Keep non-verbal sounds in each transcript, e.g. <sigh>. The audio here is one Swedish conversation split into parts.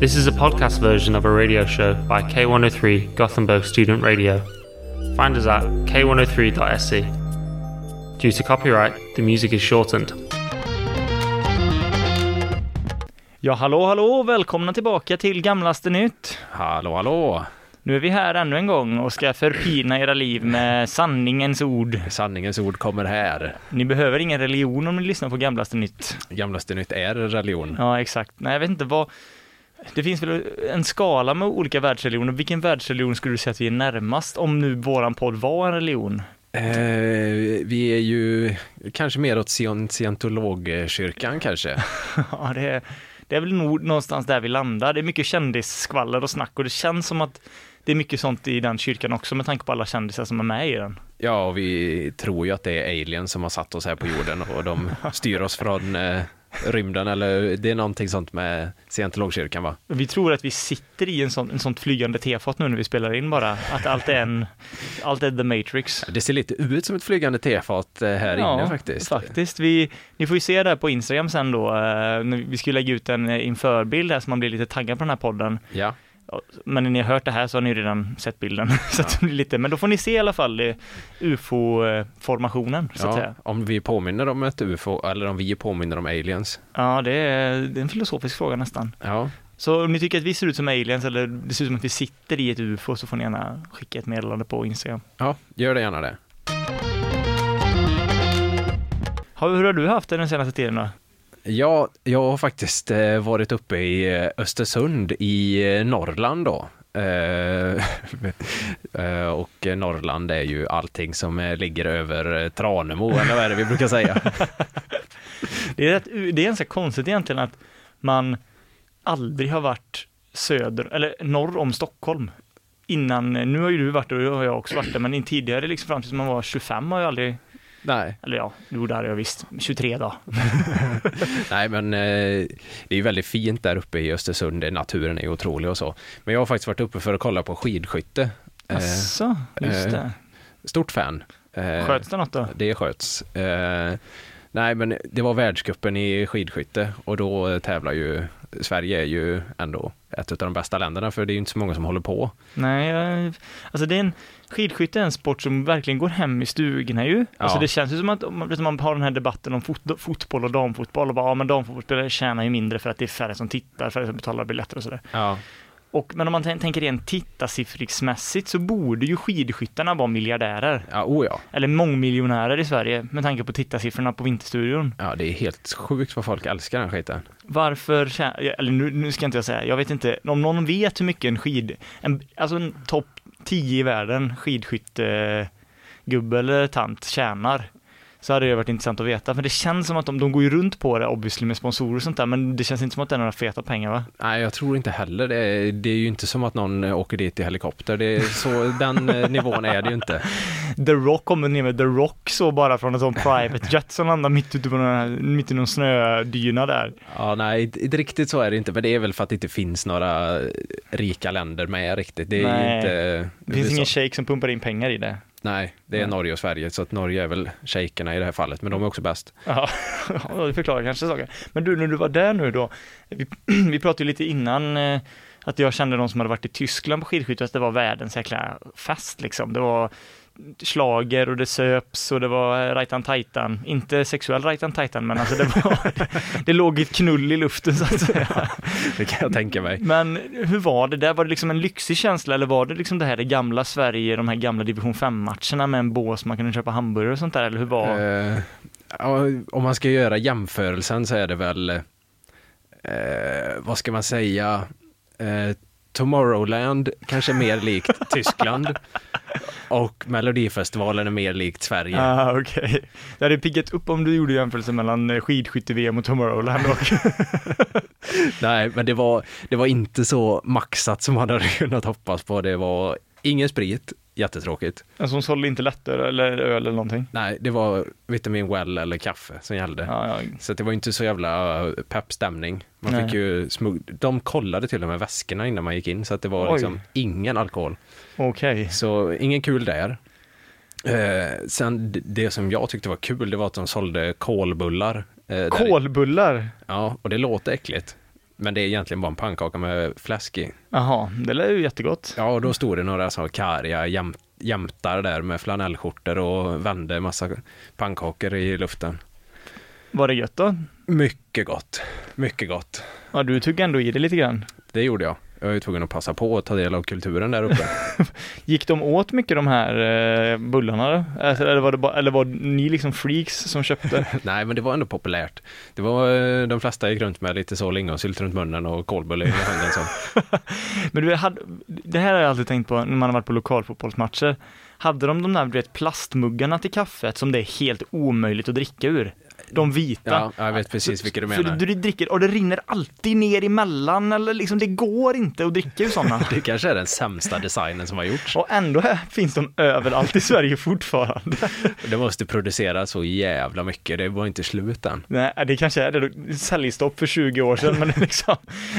This is a podcast version of a radio show by K103 Gothenburg Student Radio. Find us at k103.se. E. Due to copyright, the music is shortened. Ja, hallå, hallå! Välkomna tillbaka till Gamlaste Nytt. Hallå, hallå! Nu är vi här ännu en gång och ska förpina era liv med sanningens ord. Sanningens ord kommer här. Ni behöver ingen religion om ni lyssnar på Gamlaste Nytt. Gamlaste nytt är religion. Ja, exakt. Nej, jag vet inte vad... Det finns väl en skala med olika världsreligioner. Vilken världsreligion skulle du säga att vi är närmast om nu våran podd var en religion? <laughs> Eh, vi är ju kanske mer åt scien- scientologkyrkan kanske. Ja, det är, det är väl nog någonstans där vi landar. Det är mycket kändisskvaller och snack och det känns som att det är mycket sånt i den kyrkan också med tanke på alla kändisar som är med i den. Ja, och vi tror ju att det är aliens som har satt oss här på jorden och de styr oss från eh, rymden eller det är någonting sånt med scientologkyrkan va? Vi tror att vi sitter i en sån, en sånt flygande tefat nu när vi spelar in bara, att allt är en, allt är the matrix. Det ser lite ut som ett flygande tefat eh, här inne faktiskt. faktiskt. Vi, ni får ju se det här på Instagram sen då. eh, när vi- Vi ska ju lägga ut en eh, införbild här så man blir lite taggad på den här podden. Ja, Ja, Men när ni har hört det här så har ni ju redan sett bilden. <laughs> Så att det blir lite, men då får ni se i alla fall eh, ufo-formationen så att ja. säga. Om vi påminner om ett UFO eller om vi påminner om aliens. Ja, det är, det är en filosofisk fråga nästan. Ja, Så om ni tycker att vi ser ut som aliens eller det ser ut som att vi sitter i ett ufo så får ni gärna skicka ett meddelande på Instagram. ja gör det gärna det. Har- Hur har du haft det den senaste tiden då? Ja, jag har faktiskt eh, varit uppe i eh, Östersund i eh, Norrland då. Eh, <laughs> eh, och eh, Norrland är ju allting som eh, ligger över eh, Tranemo, eller vad är det vi brukar säga? Det är, rätt, det är ganska konstigt egentligen att man aldrig har varit söder, eller norr om Stockholm. Innan, nu har ju du varit där och jag har också varit där, men in tidigare liksom fram tills man var 25 har jag aldrig, Nej, eller ja, jo det hade jag visst, 23 då. nej men eh, det är ju väldigt fint där uppe i Östersund, eh, naturen är ju otrolig och så. Men jag har faktiskt varit uppe för att kolla på skidskytte. Eh, Jaså, just eh, det. stort fan. Eh, Sköts det något då? Det sköts. Eh, nej, men det var världscupen i skidskytte och då tävlar ju Sverige är ju ändå ett av de bästa länderna för det är ju inte så många som håller på. Nej, jag, alltså det är en, skidskytte är en sport som verkligen går hem i stugorna ju. Alltså Ja. det känns ju som att om man, vet du, man har den här debatten om fot, fotboll och damfotboll och bara, ja men damfotbollsspelare tjänar ju mindre för att det är färre som tittar, färre som betalar biljetter och sådär. Ja. Och, men om man tän- tänker rent tittarsiffriksmässigt så borde ju skidskyttarna vara miljardärer, Ja, oh ja. eller mångmiljonärer i Sverige, med tanke på tittarsiffrorna på Vinterstudion. ja, det är helt sjukt vad folk älskar den skiten. Varför, tjä- ja, eller nu, nu ska inte jag säga, jag vet inte, om någon vet hur mycket en skid, en, alltså en topp 10 i världen skidskyttegubbe eller tant tjänar, så hade det varit intressant att veta, för det känns som att de, de går ju runt på det obviously med sponsorer och sånt där, men det känns inte som att det är några feta pengar va? Nej, jag tror inte heller det. Det är ju inte som att någon åker dit i helikopter. Det är så, den <laughs> eh, nivån är det ju inte. The Rock kommer ner med The Rock så bara från en sån private jet som landar mitt ute på någon, här- mitt i någon snödyna där. Ja, nej, inte riktigt så är det inte. Men det är väl för att det inte finns några rika länder med riktigt. Det är Nej. ju inte... Det finns så- ingen shejk som pumpar in pengar i det. Nej, det är Nej. Norge och Sverige, så att Norge är väl shejkerna i det här fallet, men de är också bäst. <laughs> Ja, <laughs> ja, det förklarar kanske saker. Men du, när du var där nu då, vi, <clears throat> vi pratade ju lite innan eh, att jag kände någon som hade varit i Tyskland på skidskytte, att det var världens jäkla fest liksom. Det var slager och det söps och det var eh, rajtan tajtan, inte sexuell rajtan tajtan men alltså det var, <laughs> det låg ett knull i luften så att säga. Det kan jag tänka mig. Men hur var det där? Var det liksom en lyxig känsla eller var det liksom det här det gamla Sverige, de här gamla division 5-matcherna med en bås man kunde köpa hamburgare och sånt där eller hur var? Eh, ja, om man ska göra jämförelsen så är det väl, eh, vad ska man säga, eh, Tomorrowland kanske är mer <laughs> likt Tyskland och Melodifestivalen är mer likt Sverige. Ah, okej. Det hade piggat upp om du gjorde jämförelsen mellan eh, skidskytte-VM och Tomorrowland och... <laughs> Nej, men det var, det var inte så maxat som man hade <laughs> kunnat hoppas på. Det var ingen sprit, jättetråkigt. en som sålde inte lättöl eller öl eller någonting. Nej, det var vitamin well eller kaffe som gällde. Ja, ja. Så att det var inte så jävla eh, pepp stämning. Man Nej. fick ju smugg... De kollade till och med väskorna innan man gick in så att det var Oj. liksom ingen alkohol. Okej. Så ingen kul där. Eh, sen d- det som jag tyckte var kul det var att de sålde kolbullar. eh, där i- Kolbullar! Ja, och det låter äckligt. Men det är egentligen bara en pannkaka med fläsk i. Jaha, det lär ju jättegott. Ja, och då stod det några så här karga jäm, jämtar där med flanellskjortor och vände massa pannkakor i luften. Var det gött då? Mycket gott, mycket gott. Ja, du tog ändå i det lite grann. Det gjorde jag. Jag var ju tvungen att passa på att ta del av kulturen <laughs> där uppe. Gick de åt mycket de här eh, bullarna då? Alltså, eller, var det bara, eller var ni liksom freaks som köpte? Nej, men det var ändå populärt. Det var, eh, de flesta gick runt med lite så lingonsylt runt munnen och kålbulle i handen. Så. Men du, hade, det här har jag alltid tänkt på när man har varit på lokalfotbollsmatcher. Hade de de där du vet, plastmuggarna till kaffet som det är helt omöjligt att dricka ur? De vita. Ja, jag vet precis vilka du För menar. du, du dricker, och det rinner alltid ner emellan eller liksom, det går inte att dricka ur sådana. <laughs> Det kanske är den sämsta designen som har gjorts. och ändå här finns de överallt i Sverige fortfarande. Det måste produceras så jävla mycket, det var inte slut än. Nej, det kanske är det. Säljstopp för 20 år sedan, men det är liksom,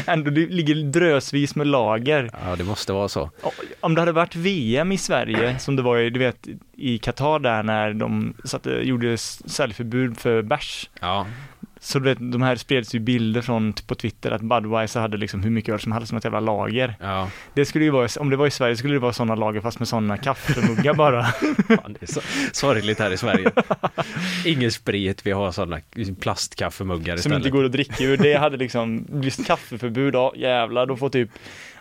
ändå det ligger drösvis med lager. Ja, det måste vara så. Om det hade varit VM i Sverige, som det var i, du vet, i Qatar där när de satte, gjorde s- säljförbud för bärs, Ja, så du vet, de här spreds ju bilder från, på Twitter att Budweiser hade liksom hur mycket öl som helst som ett jävla lager. ja. Det skulle ju vara, om det var i Sverige skulle det vara sådana lager fast med sådana kaffemuggar <laughs> bara. Fan, det är så sorgligt här <laughs> i Sverige. Ingen sprit, vi har sådana plastkaffemuggar Som istället. inte går att dricka ur. Det hade liksom blivit kaffeförbud. Ja jävlar, då får typ,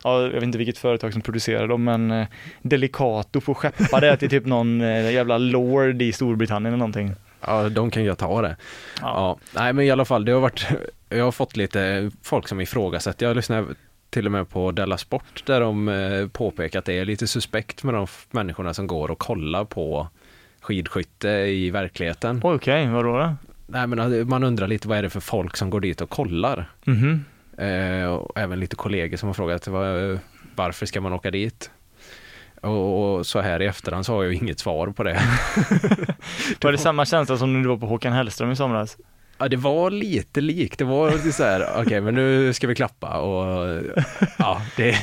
ja, jag vet inte vilket företag som producerar dem men eh, Delicato får skeppa det till typ någon eh, jävla lord i Storbritannien eller någonting. Ja, de kan ju ta det. Ja. Nej, men i alla fall, det har varit, jag har fått lite folk som ifrågasätter. Jag lyssnar till och med på Della Sport där de eh, påpekar att det är lite suspekt med de f- människorna som går och kollar på skidskytte i verkligheten. Oj, Okej, vadå då? Nej, men eh, man undrar lite vad är det för folk som går dit och kollar? Mhm. Eh, och även lite kollegor som har frågat "Vad- varför ska man åka dit? Och, och så här i efterhand så har jag ju inget svar på det. Var det samma känsla som när du var på Håkan Hellström i somras? Ja, det var lite likt. Det var lite så här, <laughs> okej, men nu ska vi klappa och ja, det,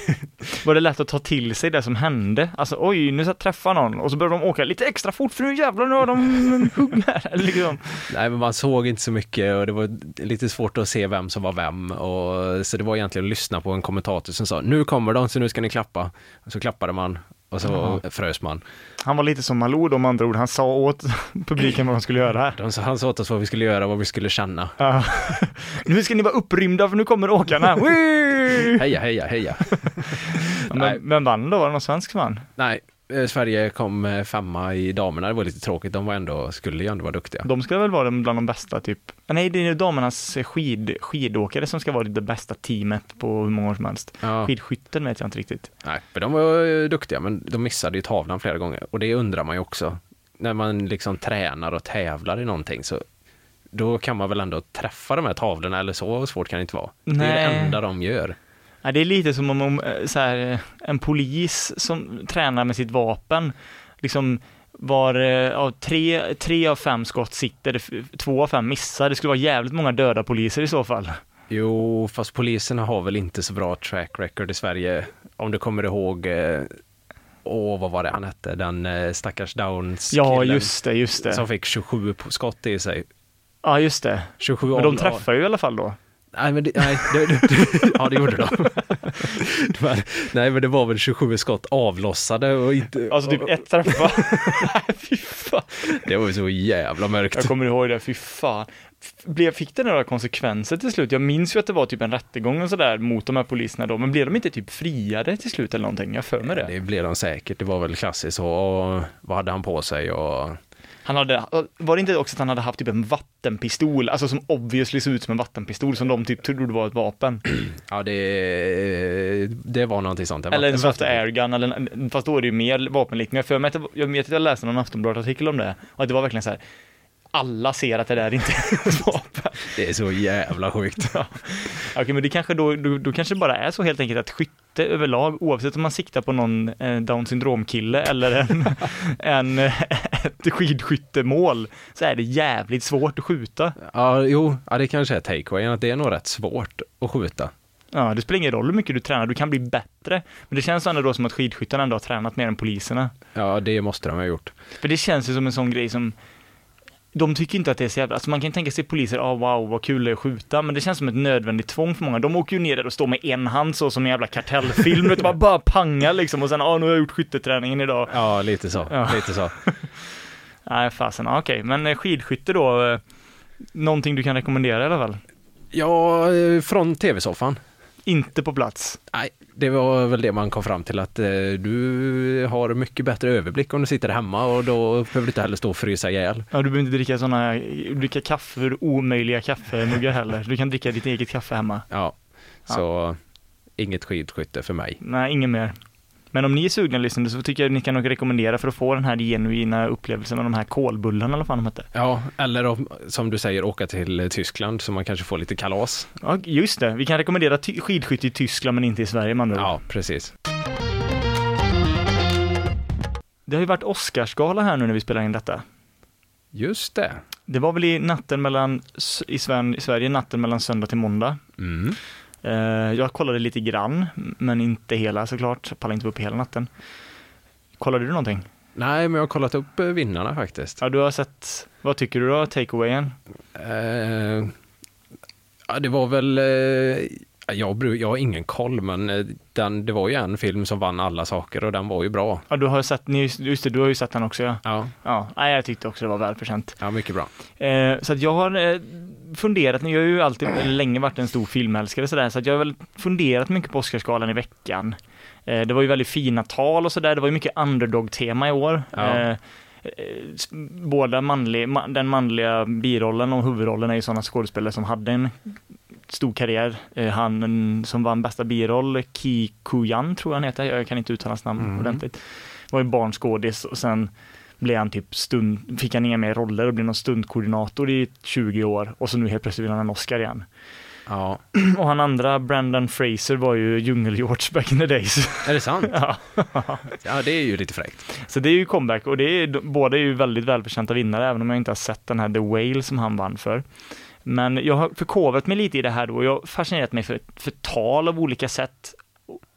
Var det lätt att ta till sig det som hände? Alltså oj, nu ska jag träffa någon och så började de åka lite extra fort för nu jävlar nu har de <laughs> en hugg här. Eller Liksom. nej, men man såg inte så mycket och det var lite svårt att se vem som var vem och så det var egentligen att lyssna på en kommentator som sa, nu kommer de, så nu ska ni klappa. Och så klappade man och så frös man. Han var lite som Malou då, med andra ord, han sa åt <laughs> publiken vad de skulle göra här. De sa, han sa åt oss vad vi skulle göra, vad vi skulle känna. Ja. nu ska ni vara upprymda för nu kommer <laughs> åkarna. Wee! Heja, heja, heja. Nej. men, men vann då? Var det någon svensk som vann? Nej, eh, Sverige kom eh, femma i damerna, det var lite tråkigt, de var ändå, skulle ju ändå vara duktiga. De ska väl vara bland de bästa typ. Nej, det är ju damernas skid, skidåkare som ska vara det bästa teamet på hur många år som helst. Ja. Skidskytten vet jag inte riktigt. Nej, för de var ju duktiga, men de missade ju tavlan flera gånger. Och det undrar man ju också. När man liksom tränar och tävlar i någonting så då kan man väl ändå träffa de här tavlorna, eller så svårt kan det inte vara. Det är det Nej. enda de gör. Ja, det är lite som om- om eh, så här, eh, en polis som tränar med sitt vapen, liksom var eh, ja, tre, tre av fem skott sitter, det f- två av fem missar. Det skulle vara jävligt många döda poliser i så fall. Jo, fast polisen har väl inte så bra track record i Sverige. Om du kommer ihåg, eh, åh vad var det han hette, den eh, stackars Downs Ja, killen just det, just det. Som fick 27 på- skott i sig. Ja, just det. 27 Men de om- träffar ju i alla fall då. Nej, men det, nej, det, det, ja det gjorde de. <laughs> Det var- nej, men det var väl 27 skott avlossade och inte... Alltså typ ett <laughs> träffa. fy fan. Det var ju så jävla Jag mörkt. kommer ihåg det, fy fan. F- Blev, fick det några konsekvenser till slut? Jag minns ju att det var typ en rättegång och sådär mot de här poliserna då, men blev de inte typ friade till slut eller någonting? Jag har för mig det. Det blev de säkert, det var väl klassiskt så, och vad hade han på sig och... Han hade, var det inte också att han hade haft typ en vattenpistol, alltså som obviously såg ut som en vattenpistol som de typ trodde var ett vapen? Ja, det, det var någonting sånt. Det var- Eller en det var- soft airgun, eller, en- fast då är det ju mer vapenliknande. Jag, för mig att det var- jag vet att jag läste någon Aftonbladet-artikel om det, och att det var verkligen så här. alla ser att det där inte är <laughs> ett vapen. Det är så jävla sjukt. Okej, men det kanske då, då, då kanske det bara är så helt enkelt att skytte överlag, oavsett om man siktar på någon eh, down syndrom-kille eller en, <laughs> en, eh, ett skidskyttemål, så är det jävligt svårt att skjuta. Ja, jo, ja, det kanske är takeawayen, att det är nog rätt svårt att skjuta. Ja, det spelar ingen roll hur mycket du tränar, du kan bli bättre. Men det känns ändå då som att skidskyttarna ändå har tränat mer än poliserna. Ja, det måste de ha gjort. För det känns ju som en sån grej som de tycker inte att det är så jävla, alltså man kan ju tänka sig poliser, ah wow vad kul det är att skjuta, men det känns som ett nödvändigt tvång för många. De åker ju ner där och står med en hand så som en jävla kartellfilm, utan man bara pangar liksom och sen, ah nu har jag gjort skytteträningen idag. Ja, lite så. Ja. Lite så. Nej fasen, ah, okej, men eh, skidskytte då, eh, någonting du kan rekommendera i alla fall? Ja, eh, från tv-soffan. Inte på plats. Nej, det var väl det man kom fram till att eh, du har mycket bättre överblick om du sitter hemma och då behöver du inte heller stå och frysa ihjäl. Ja, du behöver inte dricka sådana, dricka kaffe ur omöjliga kaffemuggar heller. Du kan dricka ditt eget kaffe hemma. Ja, så inget skidskytte för mig. Nej, ingen mer. Men om ni är sugna lyssnare så tycker jag ni kan nog rekommendera för att få den här genuina upplevelsen av de här kolbullarna eller vad fan de hette. Ja, eller om, som du säger, åka till eh, Tyskland så man kanske får lite kalas. Ja, just det. Vi kan rekommendera ty- skidskytte i Tyskland men inte i Sverige man ja. Ja, precis. Det har ju varit Oscarsgala här nu när vi spelar in detta. Just det. Det var väl i natten mellan, s- i, Sven, i Sverige, natten mellan söndag till måndag. Mm. Eh, jag kollade lite grann, men inte hela såklart. Jag pallade inte upp hela natten. Kollade du någonting? Nej, men jag har kollat upp eh, vinnarna faktiskt. Ja, du har sett, vad tycker du då, takeawayen? Eh, ja, det var väl, eh, jag, bru- jag har ingen koll, men eh, den, det var ju en film som vann alla saker och den var ju bra. Ja, du har ju sett, ni- just det, du har ju sett den också ja. Ja, Ja, nej, jag tyckte också det var välförtjänt. ja mycket bra. Eh, så att jag har eh, funderat, jag har ju alltid eller länge varit en stor filmälskare sådär, så att jag har väl funderat mycket på Oscarsgalan i veckan. Eh, det var ju väldigt fina tal och sådär, det var ju mycket underdog-tema i år. Ja. Eh, eh, s- Båda manlig, ma- den manliga birollen och huvudrollen är ju sådana skådespelare som hade en stor karriär. Eh, Han som vann bästa biroll, Ki Kuyan tror jag han heter, jag kan inte uttala hans namn Mm. ordentligt. Var ju barnskådis och sen blev han typ stund, fick han inga mer roller och blev någon stundkoordinator i 20 år och så nu helt plötsligt vill han en Oscar igen. Ja. Och han andra, Brandon Fraser, var ju djungel-George back in the days. <laughs> Är det <laughs> sant? Ja. Ja, det är ju lite fräckt. Så det är ju comeback och det är, de- båda är ju väldigt välförtjänta vinnare även om jag inte har sett den här The Whale som han vann för. Men jag har förkovrat mig lite i det här då och jag har fascinerat mig för, för tal av olika sätt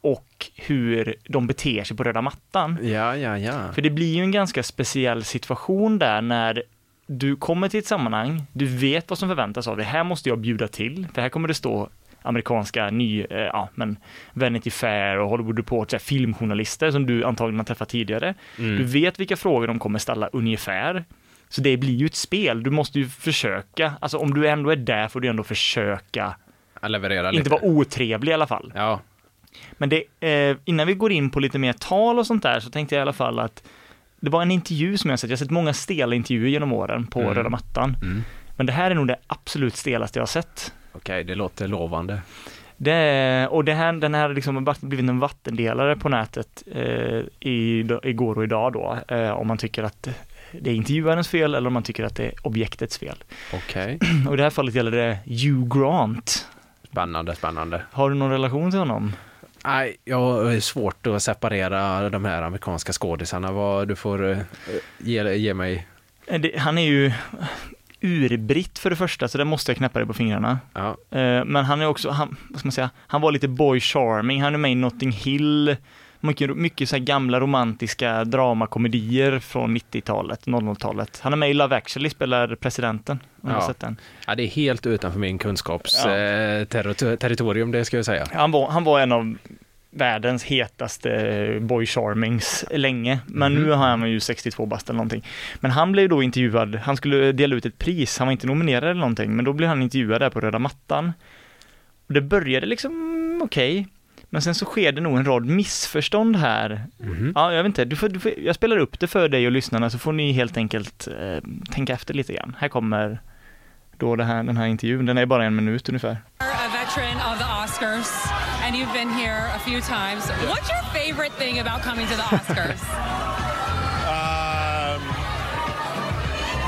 och hur de beter sig på röda mattan. Ja, ja, ja. För det blir ju en ganska speciell situation där när du kommer till ett sammanhang, du vet vad som förväntas av dig, här måste jag bjuda till, för här kommer det stå amerikanska ny, eh, ja men Vanity Fair och Hollywood Report, så här, filmjournalister som du antagligen har träffat tidigare. Du Mm. vet vilka frågor de kommer ställa ungefär. Så det blir ju ett spel, du måste ju försöka, alltså om du ändå är där får du ändå försöka, Jag levererar lite. inte vara otrevlig i alla fall. Ja, Men det, eh, innan vi går in på lite mer tal och sånt där så tänkte jag i alla fall att det var en intervju som jag sett, jag har sett många stela intervjuer genom åren på Mm. röda mattan. Mm. Men det här är nog det absolut stelaste jag har sett. okej, det låter lovande. Det, är- och det här, den här liksom har varit- blivit en vattendelare på nätet eh, i, igår och idag då, eh, om man tycker att det är intervjuarens fel eller om man tycker att det är objektets fel. <clears throat> Okej. Och i det här fallet gäller det Hugh Grant. Spännande, spännande. Har du någon relation till honom? Nej, jag har eh, svårt att separera de här amerikanska skådisarna. Vad du får eh, ge, ge mig. Eh, Det, han är ju urbritt för det första, så där måste jag knäppa det på fingrarna. Ja, Eh, Men han är också, han, vad ska man säga, han var lite boy charming, han är med i Notting Hill, mycket, mycket så här gamla romantiska dramakomedier från 90-talet, 00-talet. Han är med i Love actually, spelar presidenten, om du har Ja. sett den. ja det är helt utanför min Ja. kunskapsterritorium, det ska jag säga. Han var, han var en av världens hetaste boy charmings länge, men nu har han ju 62 bast eller någonting. Men han blev då intervjuad, han skulle dela ut ett pris, han var inte nominerad eller någonting, men då blev han intervjuad där på röda mattan. Och det började liksom okej, men sen så sker det nog en rad missförstånd här. Mhm. Ja, jag vet inte, du får, du får, jag spelar upp det för dig och lyssnarna så får ni helt enkelt eh, tänka efter lite grann. Här kommer då det här, den här intervjun, den är bara en minut ungefär. You're a veteran of the Oscars, and you've been here a few times. What's your favorite thing about coming to the Oscars? Um,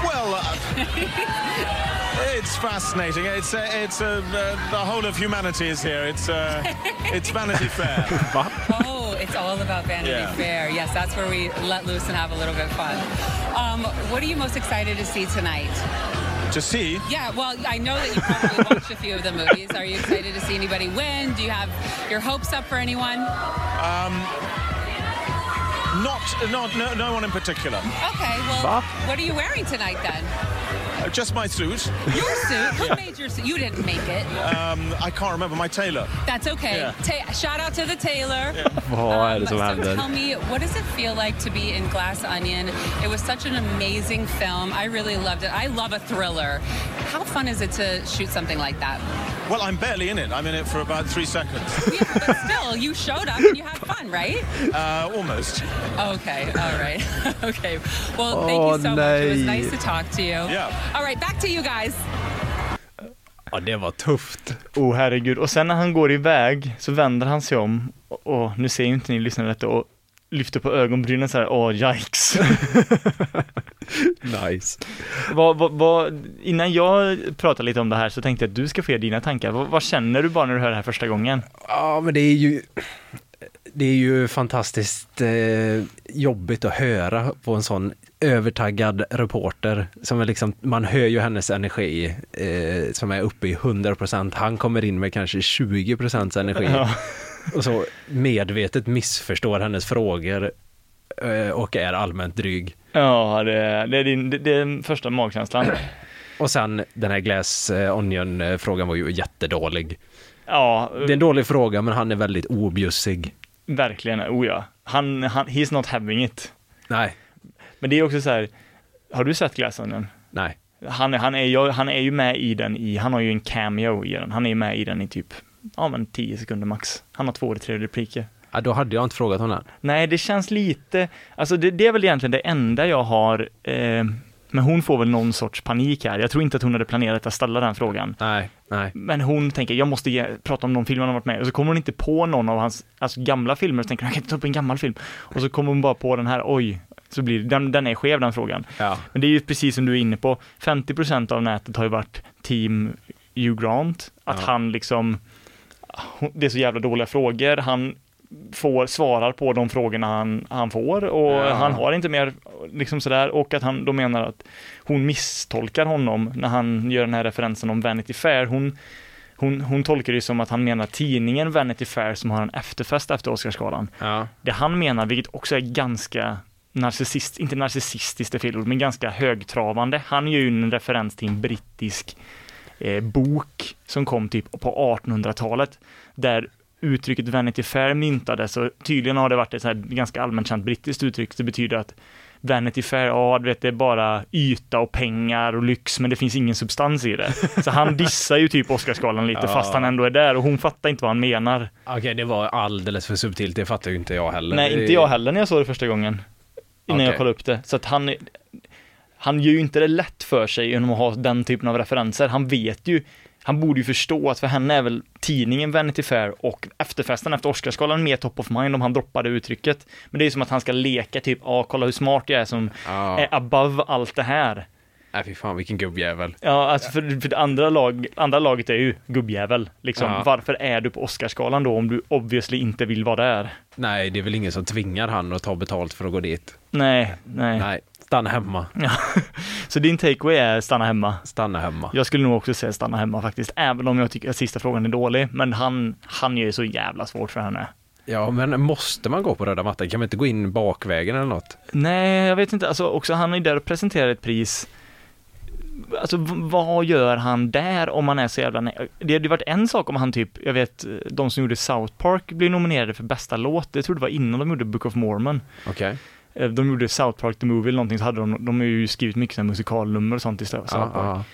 well, uh, <laughs> it's fascinating. It's uh, it's uh, the, the whole of humanity is here. It's uh, it's Vanity Fair. <laughs> oh, it's all about Vanity Yeah. Fair. Yes, that's where we let loose and have a little bit of fun. Um, what are you most excited to see tonight? to see. Yeah, well, I know that you probably <laughs> watched a few of the movies. Are you excited to see anybody win? Do you have your hopes up for anyone? Not not no, no one in particular. Okay, well, what are you wearing tonight then? Uh, Just my suit. Your suit? Who made your suit? You didn't make it. Um, I can't remember my tailor. That's okay. Yeah. Ta- shout out to the tailor. Vad är det som so händer? tell me, what does it feel like to be in Glass Onion? It was such an amazing film. I really loved it. I love a thriller. How fun is it to shoot something like that? Well, I'm barely in it. I'm in it for about three seconds. <laughs> Yeah, but still, you showed up and you had fun, right? Uh, almost. Okay, all right. <laughs> okay. Well, thank you so much. It was nej. nice to talk to you. Yeah. All right, back to you guys. Ja, det var tufft. Oh herregud. Och sen när han går iväg så vänder han sig om och, och nu ser ju inte ni lyssnare detta och lyfter på ögonbrynen så här, åh <laughs> yikes. Nice. vad, vad, vad, innan jag pratar lite om det här så tänkte jag att du ska få ge dina tankar. Vad, vad känner du bara när du hör det här första gången? Ja, men det är ju, det är ju fantastiskt eh, jobbigt att höra på en sån övertaggad reporter. Som är liksom, man hör ju hennes energi eh, som är uppe i 100%. Han kommer in med kanske 20% energi. Ja. Och så medvetet missförstår hennes frågor eh, och är allmänt dryg. Ja, det, det, är din, det, det är den första magkänslan. Och sen den här Glass eh, Onion-frågan var ju jättedålig. <clears throat> Ja, Det är en dålig fråga, men han är väldigt objussig. verkligen. Oh ja. Han, han, he's not having it. Nej, Men det är också så här, har du sett Glass Onion? nej. Han, han, är, ju- han är ju med i den i, han har ju en cameo i den, han är ju med i den i typ, ja men 10 sekunder max. Han har två eller tre repliker. Ja, då hade jag inte frågat honom. Nej, det känns lite, alltså det, det är väl egentligen det enda jag har, eh, men hon får väl någon sorts panik här. Jag tror inte att hon hade planerat att ställa den frågan. Nej, nej. Men hon tänker, jag måste ge, prata om någon film han har varit med i. och så kommer hon inte på någon av hans alltså, gamla filmer, så tänker hon, jag kan inte ta upp en gammal film. Och så kommer hon bara på den här, oj, så blir det, den, den är skev den frågan. Ja. Men det är ju precis som du är inne på, 50% av nätet har ju varit team Hugh Grant, att Ja. han liksom, hon- det är så jävla dåliga frågor, han får, svarar på de frågorna han, han får och Ja. han har inte mer liksom sådär och att han, de menar att hon misstolkar honom när han gör den här referensen om Vanity Fair. Hon, hon, hon tolkar det som att han menar tidningen Vanity Fair som har en efterfest efter Oscarsgalan. Ja. Det han menar, vilket också är ganska narcissist, inte narcissistiskt är fel ord, men ganska högtravande. Han gör ju en referens till en brittisk eh, bok som kom typ på 1800-talet, där uttrycket Vanity Fair myntades och tydligen har det varit ett så här ganska allmänt känt brittiskt uttryck. Det betyder att Vanity Fair, ja du vet det är bara yta och pengar och lyx men det finns ingen substans i det. Så han dissar ju typ Oscarsgalan lite Ja. fast han ändå är där och hon fattar inte vad han menar. Okej, det var alldeles för subtilt. Det fattar ju inte jag heller. Nej, Det- inte jag heller när jag såg det första gången. Innan jag Okej. kollade upp det. Så att han, han gör ju inte det lätt för sig genom att ha den typen av referenser. Han vet ju, han borde ju förstå att för henne är väl tidningen Vanity Fair och efterfesten efter Oscarsgalan mer top of mind om han droppar det uttrycket. Men det är ju som att han ska leka typ, ja kolla hur smart jag är som Ja. är above allt det här. Nej, fy fan vilken gubbjävel. Ja, alltså för, för det andra, lag, andra laget är ju gubbjävel. Liksom. Ja. Varför är du på Oscarsgalan då om du obviously inte vill vara där? Nej, det är väl ingen som tvingar han att ta betalt för att gå dit. Nej, nej. Nej, stanna hemma. Ja. Så din takeaway är stanna hemma? Stanna hemma. Jag skulle nog också säga stanna hemma faktiskt, även om jag tycker att sista frågan är dålig. Men han, han gör ju så jävla svårt för henne. Ja, men måste man gå på röda mattan? Kan man inte gå in bakvägen eller något? Nej, jag vet inte. Alltså också, han är ju där och presenterar ett pris. Alltså v- vad gör han där om han är så jävla... ne- Det hade ju varit en sak om han typ, jag vet, de som gjorde South Park blev nominerade för bästa låt. Jag tror det var innan de gjorde Book of Mormon. Okej. Eh, De gjorde South Park the Movie eller någonting, så hade de, de har ju skrivit mycket så här musikalnummer och sånt i South Ja, Park. ja.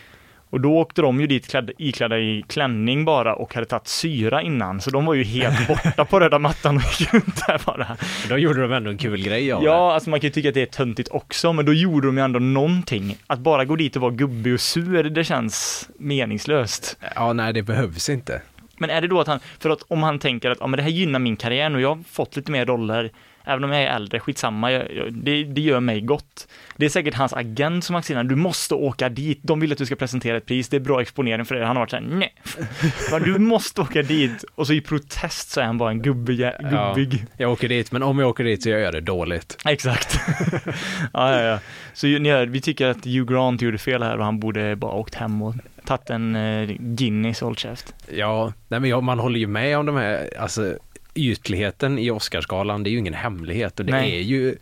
Och då åkte de ju dit klädda, iklädda i klänning bara och hade tagit syra innan, så de var ju helt borta på röda mattan och gick runt där bara. Då gjorde de ändå en kul grej av det. Ja, alltså man kan ju tycka att det är töntigt också, men då gjorde de ju ändå någonting. Att bara gå dit och vara gubbig och sur, det känns meningslöst. Ja, nej, det behövs inte. Men är det då att han, för att om han tänker att ja, men det här gynnar min karriär nu, jag har fått lite mer roller, även om jag är äldre, skitsamma, jag, jag, det, det gör mig gott. Det är säkert hans agent som har sagt innan, du måste åka dit, de vill att du ska presentera ett pris, det är bra exponering för det. Han har varit såhär, nej, men du måste åka dit. Och så i protest så är han bara en gubbig, Ja. gubbig. Jag åker dit, men om jag åker dit så gör jag det dåligt. Exakt. ja, ja, ja. Så ju- ni hör, vi tycker att Hugh Grant gjorde fel här och han borde bara åkt hem och tagit en eh, Guinness och hållit käft. Ja, nej men jag, man håller ju med om de här, alltså ytligheten i Oscarsgalan, det är ju ingen hemlighet och det Nej. är ju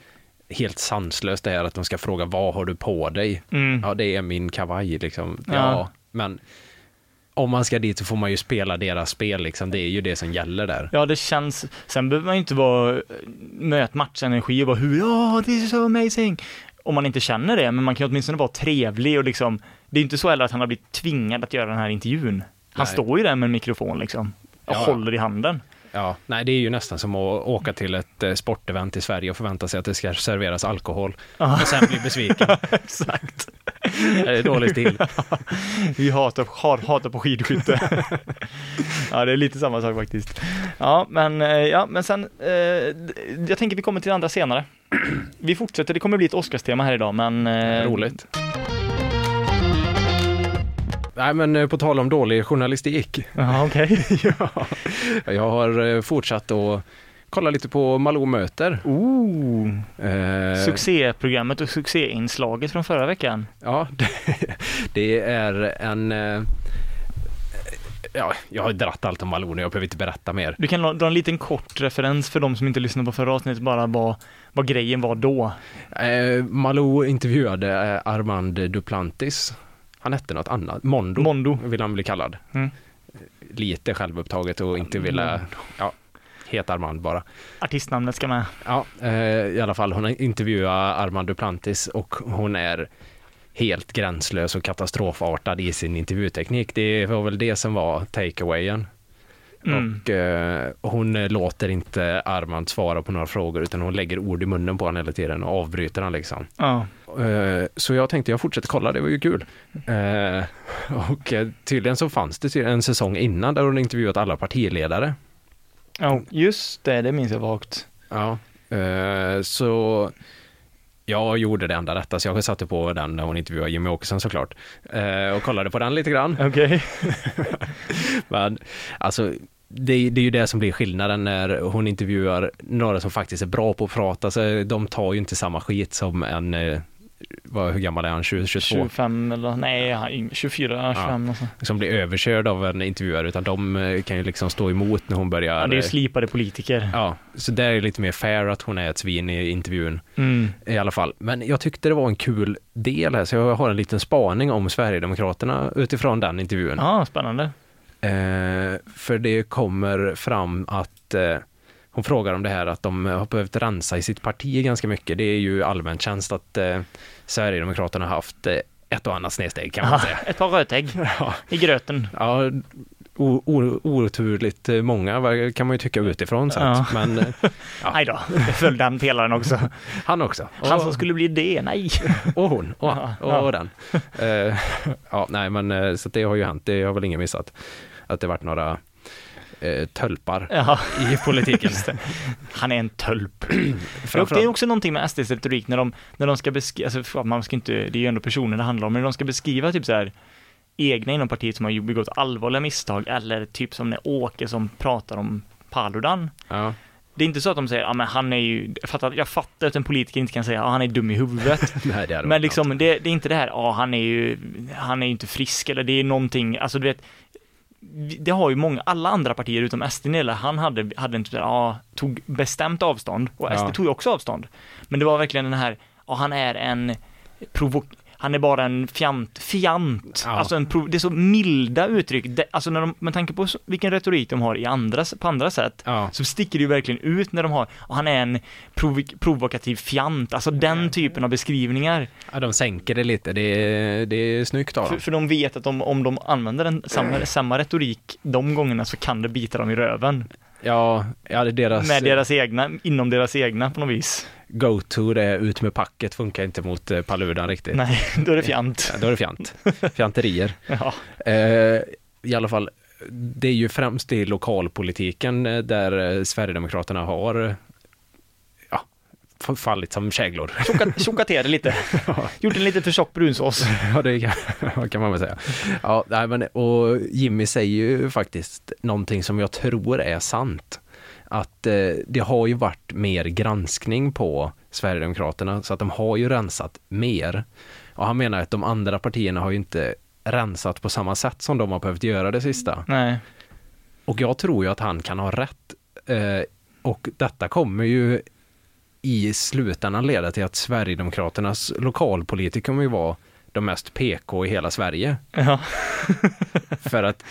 helt sanslöst det här att de ska fråga vad har du på dig? Mm. Ja, det är min kavaj liksom. Ja. Ja. men om man ska dit så får man ju spela deras spel liksom. Det är ju det som gäller där. Ja, det känns. Sen behöver man ju inte vara möt matchenergi och vara hur, ja, this is so amazing. Om man inte känner det, men man kan ju åtminstone vara trevlig och liksom, det är ju inte så heller att han har blivit tvingad att göra den här intervjun. Han Nej. står ju där med en mikrofon liksom och Ja. håller i handen. <laughs> Ja, nej, det är ju nästan som att åka till ett eh, sportevent i Sverige och förvänta sig att det ska serveras alkohol och sen bli <laughs> besviken. Exakt. det är dålig stil. Vi hatar, har, hatar på <laughs> skidskytte. ja, det är lite samma sak faktiskt. Ja, men, eh, ja, men sen, eh, d- jag tänker vi kommer till det andra senare. <clears throat> Vi fortsätter, det kommer bli ett Oscars-tema här idag, men... eh, Roligt. Nej, men eh, på tal om dålig journalistik. Ja, okej. ja. Jag har eh, fortsatt att kolla lite på Malou möter. Ooh. Eh, Succéprogrammet och succéinslaget från förra veckan. Ja, <laughs> det, det är en... eh, Ja, jag har dratt allt om Malou nu, jag behöver inte berätta mer. Du kan dra en liten kort referens för de som inte lyssnade på förra avsnittet, bara vad, vad grejen var då. Eh, Malou intervjuade eh, Armand Duplantis. Han hette något annat, Mondo, Mondo. vill han bli kallad. Mm. Lite självupptaget och inte ville... Ja, het Armand bara. Artistnamnet ska med. Ja, eh, i alla fall, hon intervjuade Armand Duplantis och hon är helt gränslös och katastrofartad i sin intervjuteknik. Det var väl det som var takeawayen. Mm. Och, eh, hon eh, låter inte Armand svara på några frågor utan hon lägger ord i munnen på honom hela tiden och avbryter honom liksom. Ja. Eh, Så jag tänkte jag fortsätter kolla, det var ju kul. Eh, Och eh, tydligen så fanns det tydligen en säsong innan där hon intervjuat alla partiledare. ja, just det, det minns jag vagt. Ja. eh, Så jag gjorde det enda rätta, så jag satte på den när hon intervjuade Jimmy Åkesson såklart. Eh, Och kollade på den <laughs> lite grann. Okej. Men alltså, det, det är ju det som blir skillnaden när hon intervjuar några som faktiskt är bra på att prata, så de tar ju inte samma skit som en, eh, vad, hur gammal är han, 20, 22? 25 eller, nej, han är yngre. 24, 25 och så. som blir överkörd av en intervjuare utan de eh, kan ju liksom stå emot när hon börjar. eh, Ja, det är ju slipade politiker. ja, så där är det lite mer fair att hon är ett svin i intervjun Mm. i alla fall. Men jag tyckte det var en kul del här så jag har en liten spaning om Sverigedemokraterna utifrån den intervjun. Ja, spännande. Eh, för det kommer fram att eh, hon frågar om det här att de har behövt rensa i sitt parti ganska mycket. Det är ju allmänt känt att eh, Sverigedemokraterna har haft eh, ett och annat snedsteg kan man säga. Ett par rötägg Ja. i gröten. Ja, o- o- oturligt många vad- kan man ju tycka utifrån sett. Ja. Men eh, Ja. Aj då, föll den pelaren också. han också. Och, Han som skulle bli det, nej. och hon. Och, han, Ja, och den. Eh, ja, nej, men eh, så att det har ju hänt. Det har väl ingen missat. Att det varit några eh, tölpar Ja. i politiken. Just det. Han är en <clears throat> tölp. Och det är Framförallt- också någonting med SDs retorik när de, när de ska beskriva, alltså fan, man ska inte, det är ju ändå personer det handlar om, men när de ska beskriva typ så här egna inom partiet som har ju begått allvarliga misstag eller typ som när Åke som pratar om Paludan. Ja, Det är inte så att de säger, ja men han är ju, jag fattar, jag fattar att en politiker inte kan säga, ja han är dum i huvudet. <laughs> nej, det hade Men varit liksom, det, det är inte det här, ja han är ju, han är ju inte frisk eller det är någonting, alltså du vet, det har ju många, alla andra partier utom SD när det gäller, han hade, hade inte, ja, tog bestämt avstånd och SD Ja. tog ju också avstånd. Men det var verkligen den här, ja han är en provok han är bara en fjant, fjant. Ja. Alltså en prov, det är så milda uttryck. Det, alltså när de, med tanke på så- vilken retorik de har i andra, på andra sätt, Ja. så sticker det ju verkligen ut när de har, och han är en provok provokativ fjant, alltså den typen av beskrivningar. Ja, de sänker det lite. Det är, det är snyggt av För, dem. för de vet att de, om de använder den, samma, samma retorik de gångerna så kan det bita dem i röven. Ja, ja, det är deras, Med deras egna, inom deras egna på något vis. go-to, det är ut med packet, funkar inte mot eh, Paludan riktigt. Nej, då är det fjant. Ja, Då är <laughs> det fjant. Fjanterier. Ja, Eh, I alla fall, det är ju främst i lokalpolitiken eh, där eh, Sverigedemokraterna har eh, ja, f- fallit som käglor. Tjocka- tjocka till det lite. Gjort en lite för tjock brunsås. ja, det kan, <laughs> ja, kan man väl säga. Ja, nej, men, och Jimmy säger ju faktiskt någonting som jag tror är sant. Att eh, det har ju varit mer granskning på Sverigedemokraterna, så att de har ju rensat mer. Och han menar att de andra partierna har ju inte rensat på samma sätt som de har behövt göra det sista. Nej. Och jag tror ju att han kan ha rätt. Eh, och detta kommer ju i slutändan leda till att Sverigedemokraternas lokalpolitiker kommer ju vara de mest PK i hela Sverige. Ja. För att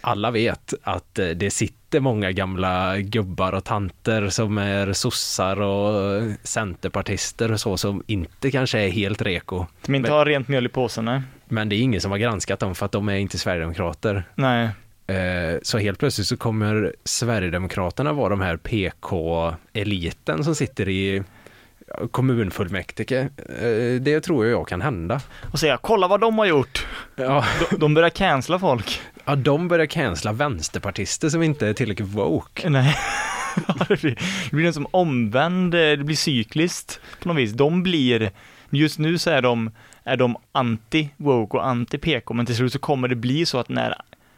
alla vet att eh, det sitter många gamla gubbar och tanter som är sossar och eh, centerpartister och så som inte kanske är helt reko. Som inte har rent mjöl i påsen, nej. Men det är ingen som har granskat dem för att de är inte sverigedemokrater. Nej. Eh, Så helt plötsligt så kommer Sverigedemokraterna vara de här PK-eliten som sitter i kommunfullmäktige. Eh, Det tror jag jag kan hända. Och säga, kolla vad de har gjort! Ja, De, de börjar cancella folk. ja, de börjar cancella vänsterpartister som inte är tillräckligt woke. Nej. <laughs> Ja, det blir- det blir en som omvänd, eh, det blir cykliskt på något vis. De blir, just nu så är de, är de anti-woke och anti-PK, men till slut så kommer det bli så att när,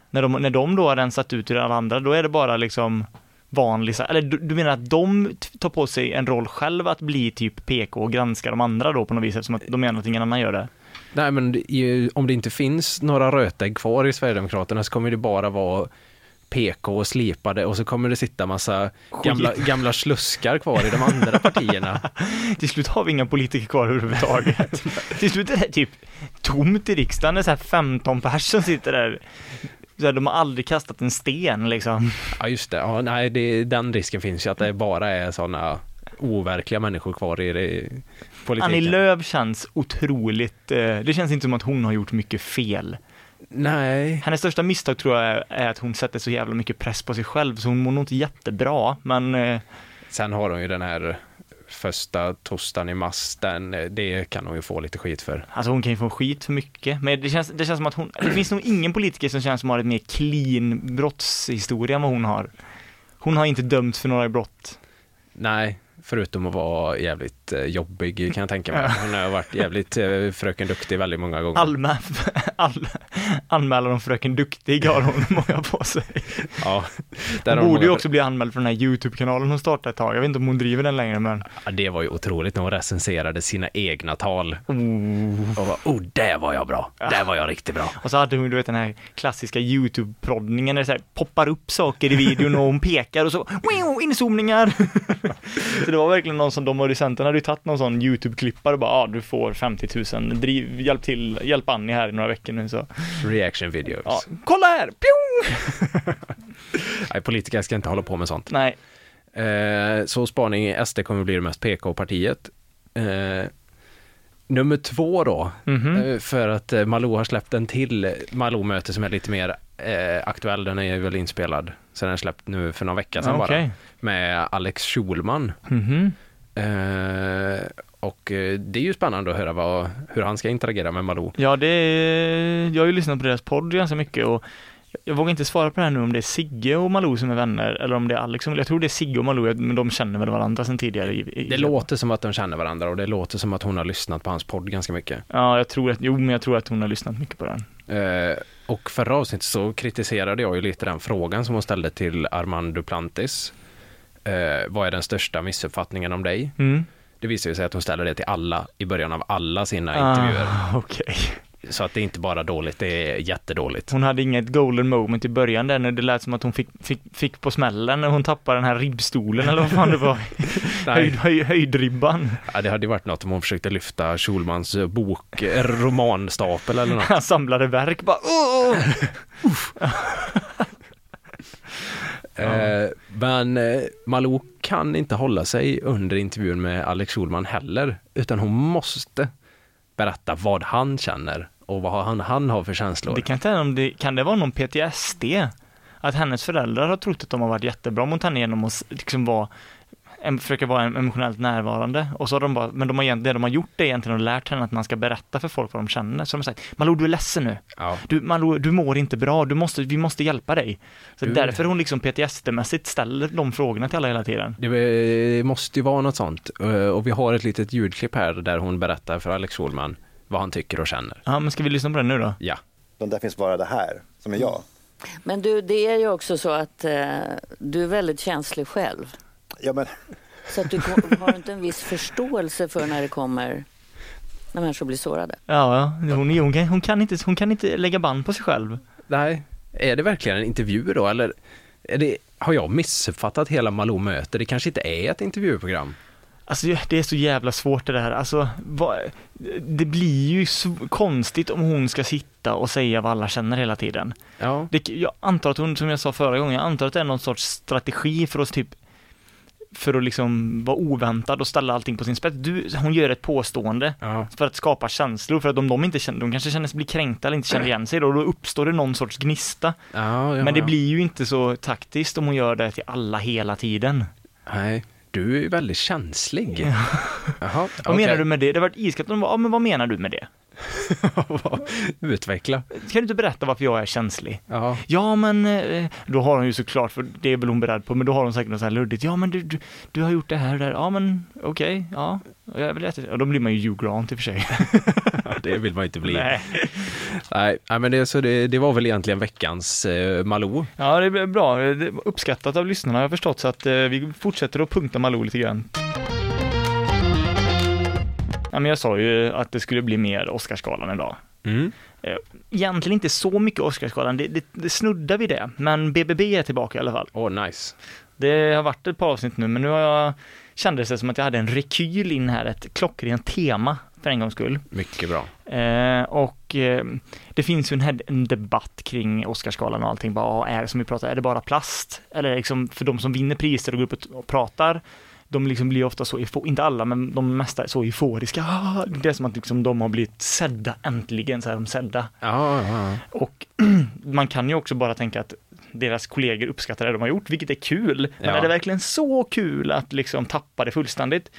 när, de, när de då har rensat ut alla andra, då är det bara liksom vanlig, så- eller du, du menar att de t- tar på sig en roll själv att bli typ PK och granska de andra då på något vis eftersom att de menar att ingen annan gör det? Nej, men det är ju- om det inte finns några rötägg kvar i Sverigedemokraterna så kommer det bara vara PK och slipade och så kommer det sitta massa gamla, gamla sluskar kvar i de andra partierna. Till slut har vi inga politiker kvar överhuvudtaget. Till slut är det typ tomt i riksdagen, det är så här 15 personer sitter där. Så här, de har aldrig kastat en sten liksom. Ja just det, ja, nej det, den risken finns ju att det bara är sådana overkliga människor kvar i det, politiken. Annie Lööf känns otroligt, eh, det känns inte som att hon har gjort mycket fel. Nej, Hennes största misstag tror jag är, är att hon sätter så jävla mycket press på sig själv, så hon mår nog inte jättebra, men eh, sen har hon ju den här första torsdagen i mars, den, det kan hon ju få lite skit för. Alltså hon kan ju få skit för mycket, men det känns, det känns som att hon, det finns nog ingen politiker som känns som har ett mer clean brottshistoria än vad hon har. Hon har inte dömts för några brott. Nej, förutom att vara jävligt eh, jobbig kan jag tänka mig. Hon har varit jävligt eh, fröken duktig väldigt många gånger. Allmä, <laughs> all, anmälan om Fröken Duktig har hon <laughs> många på sig. Ja, där har Hon hon borde ju många- också bli anmäld för den här YouTube-kanalen hon startade ett tag. Jag vet inte om hon driver den längre, men Ja, det var ju otroligt när hon recenserade sina egna tal. Och bara, oh, där var jag bra, där var jag riktigt bra. Och så hade hon du vet den här klassiska YouTube-proddningen där det så här poppar upp saker i videon och hon pekar och så wow, inzoomningar! <laughs> så det var verkligen någon som de producenterna hade ju tagit någon sån YouTube-klippare och bara ja ah, du får 50 000, Driv, hjälp till, hjälp Annie här i några veckor nu så. Reaction videos. Ja, kolla här! Pjong! Nej, politiker ska inte hålla på med sånt. Nej, Eh, så spaning är SD kommer bli det mest PK-partiet. Eh, nummer två då, eh, för att eh, Malou har släppt en till Malou-möte som är lite mer eh, aktuell, den är väl inspelad, så den är släppt nu för någon vecka sedan bara, Okej. med Alex Schulman. Mhm. Eh, och eh, det är ju spännande att höra vad, hur han ska interagera med Malou. ja det, jag har ju lyssnat på deras podd ganska mycket och jag vågar inte svara på det här nu om det är Sigge och Malou som är vänner eller om det är Alex som, jag tror det är Sigge och Malou, men de känner väl varandra sedan tidigare. I, i, Det låter som att de känner varandra och det låter som att hon har lyssnat på hans podd ganska mycket. Ja, jag tror att, jo men jag tror att hon har lyssnat mycket på den. Eh, och förra avsnittet så kritiserade jag ju lite den frågan som hon ställde till Armand Duplantis. Eh, vad är den största missuppfattningen om dig? Det visar ju sig att hon ställer det till alla i början av alla sina intervjuer. Ah, Okej. Så att det är inte bara dåligt, det är jättedåligt. Hon hade inget golden moment i början där när det lät som att hon fick, fick, fick på smällen när hon tappade den här ribbstolen eller vad fan det <laughs> var. Höjd, höj, höjdribban. Ja, det hade ju varit något om hon försökte lyfta Schulmans eh, bok, eh, romanstapel eller något. Han samlade verk bara. "Åh!" Eh, men eh, Malou kan inte hålla sig under intervjun med Alex Schulman heller, utan hon måste berätta vad han känner och vad han, han har för känslor. Det kan inte hända om det, kan det vara någon PTSD? Att hennes föräldrar har trott att de har varit jättebra mot henne genom att s- liksom vara em- försöka vara em- emotionellt närvarande och så har de bara, men de har, egent- det de har gjort är egentligen att de har lärt henne att man ska berätta för folk vad de känner. Så de har sagt, Malou du är ledsen nu. Ja. Du, Malou, du mår inte bra, du måste, vi måste hjälpa dig. Så Du- därför hon liksom PTSD-mässigt ställer de frågorna till alla hela tiden. Det eh, måste ju vara något sånt. Eh, Och vi har ett litet ljudklipp här där hon berättar för Alex Schulman vad han tycker och känner. Ja, men ska vi lyssna på den nu då? Ja. Men där finns bara det här, som är jag. Men du, det är ju också så att eh, du är väldigt känslig själv. Ja, men, Så att du <laughs> ko- har inte en viss förståelse för när det kommer, när människor blir sårade. Ja, ja. Hon, hon, kan, hon, kan inte, hon kan inte lägga band på sig själv. Nej. Är det verkligen en intervju då, eller är det, har jag missuppfattat hela Malou möter? Det kanske inte är ett intervjuprogram? Alltså det är så jävla svårt det där. Alltså, vad, det blir ju sv- konstigt om hon ska sitta och säga vad alla känner hela tiden. Ja. Det, jag antar att hon, som jag sa förra gången, jag antar att det är någon sorts strategi för oss typ för att liksom vara oväntad och ställa allting på sin spets. Du, hon gör ett påstående Ja. för att skapa känslor, för att om de inte känner, de kanske känner sig bli kränkta eller inte känner igen sig då, då uppstår det någon sorts gnista. Ja, ja, Men det ja. blir ju inte så taktiskt om hon gör det till alla hela tiden. Nej, du är ju väldigt känslig. Jaha, Vad menar <laughs> du med det? Det har varit iskallt om de bara, ja men vad menar du med det? med Utveckla. Kan du inte berätta varför jag är känslig? Ja. Ja men, eh, då har hon ju såklart, för det är väl hon beredd på, men då har hon säkert något så här luddigt, ja men du, du, du har gjort det här och det här, ja men okej, ja, jag är väl rätt. Ja, då blir man ju Hugh Grant i och för sig. ja, det vill man inte bli. Nej. Nej, nej, men det, så det, det var väl egentligen veckans eh, Malou. Ja, det är bra. Det är uppskattat av lyssnarna har jag förstått, så att eh, vi fortsätter att punkta Malou lite grann. Ja, men jag sa ju att det skulle bli mer Oscarsgalan idag. Mm. Eh, Egentligen inte så mycket Oscarsgalan, det, det, det snuddar vi det, men BBB är tillbaka i alla fall. Åh, nice. Det har varit ett par avsnitt nu, men nu har jag, kändes det som att jag hade en rekyl in här, ett klockrent tema för en gångs skull. Mycket bra. Eh, och eh, det finns ju en, här, en debatt kring Oscarsgalan och allting. Bara, vad är det som vi pratar, är det bara plast? Eller liksom, för de som vinner priser och går upp och, t- och pratar, de liksom blir ofta så, eufo- inte alla, men de mesta är så euforiska. Ah, Det är som att liksom de har blivit sedda, äntligen så är de sedda. Ja, ja, ja. Och <clears throat> man kan ju också bara tänka att deras kollegor uppskattar det de har gjort, vilket är kul. Men Ja. är det verkligen så kul att liksom tappa det fullständigt?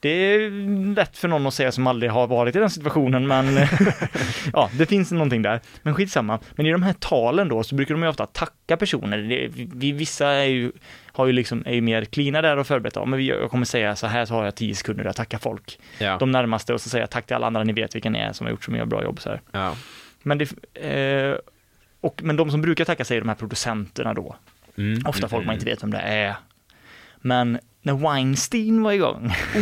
Det är lätt för någon att säga som aldrig har varit i den situationen, men <laughs> ja, det finns någonting där. Men skitsamma. Men i de här talen då så brukar de ju ofta tacka personer. Det, vi, vissa är ju, har ju liksom, är ju mer klina där och förberett. Ja, men vi- jag kommer säga så här så har jag tio sekunder att tacka folk. Ja. De närmaste och så säger jag tack till alla andra, ni vet vilka ni är som har gjort så mycket bra jobb så här. ja. Men, det, eh, och, men de som brukar tacka sig är de här producenterna då. Mm. Ofta folk man inte vet vem det är. Men när Weinstein var igång, <laughs>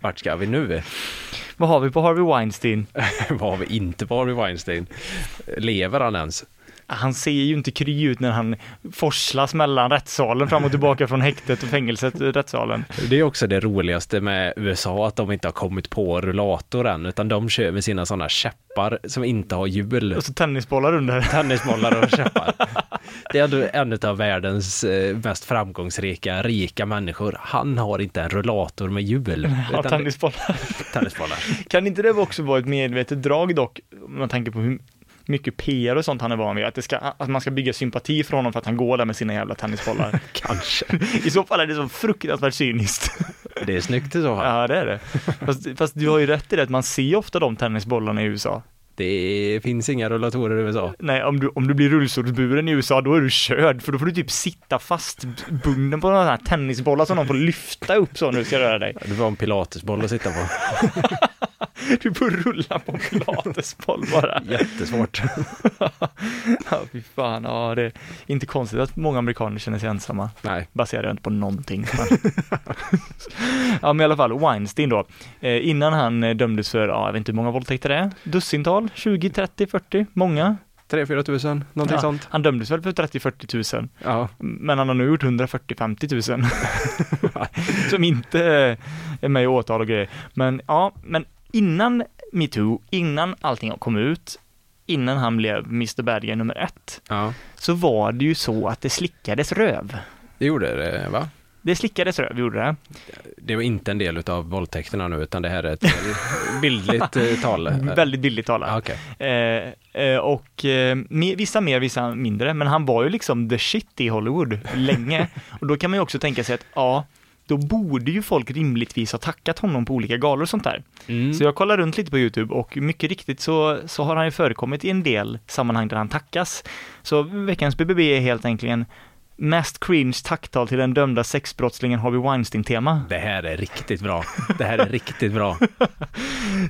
Vart ska vi nu? <laughs> vad har vi på Harvey Weinstein? Vad har vi inte på Harvey Weinstein? Lever han ens? Han ser ju inte kry ut när han forslas mellan rättssalen fram och tillbaka från häktet och fängelset till rättssalen. Det är också det roligaste med USA, att de inte har kommit på rullator än, utan de kör med sina sådana käppar som inte har hjul. Och så tennisbollar under. Tennisbollar och käppar. <laughs> Det är ändå en av världens eh, mest framgångsrika, rika människor. Han har inte en rullator med <laughs> hjul. <laughs> Ja, utan- tennisbollar. tennisbollar. Kan inte det också vara ett medvetet drag dock, om man tänker på hur mycket PR och sånt han är van vid, att, det ska, att man ska bygga sympati för honom för att han går där med sina jävla tennisbollar. <laughs> Kanske. I så fall är det så fruktansvärt cyniskt. Det är snyggt i så fall. Ja, det är det. Fast, fast du har ju rätt i det att man ser ofta de tennisbollarna i USA. Det finns inga rullatorer i USA. Nej, om du, om du blir rullstolsburen i USA, då är du körd, för då får du typ sitta fastbunden på några sådana här tennisbollar som någon får lyfta upp så när du ska röra dig. Det var en pilatesboll att sitta på. Du får rulla på en pilatesboll bara. <laughs> Jättesvårt. <laughs> Ja, fy fan. Ja, det är inte konstigt att många amerikaner känner sig ensamma. Nej. baserar jag inte på någonting. <laughs> ja men i alla fall, Weinstein då. Eh, innan han eh, dömdes för, ja jag vet inte hur många våldtäkter det är, dussintal, 20, 30, 40, många. 3-4 tusen, någonting Ja, sånt. han dömdes väl för 30-40 tusen, Ja. men han har nu gjort 140-50 tusen. Som inte eh, är med i åtal och grejer. Men ja, men innan metoo, innan allting kom ut, innan han blev Mr. Bad Guy nummer ett, ja. så var det ju så att det slickades röv. Det gjorde det, va? Det slickades röv, gjorde det. Det var inte en del utav våldtäkterna nu, utan det här är ett bildligt eh, <laughs> tal. Mm, Väldigt billigt talat. Ja, Okej. Eh, eh, och eh, me- vissa mer, vissa mindre, men han var ju liksom the shit i Hollywood <laughs> länge. och då kan man ju också tänka sig att, ja, då borde ju folk rimligtvis ha tackat honom på olika galor och sånt där. Mm. Så jag kollar runt lite på YouTube och mycket riktigt så, så har han ju förekommit i en del sammanhang där han tackas. Så veckans BBB är helt enkelt mest cringe tacktal till den dömda sexbrottslingen Harvey Weinstein-tema. Det här är riktigt bra. Det här är riktigt bra.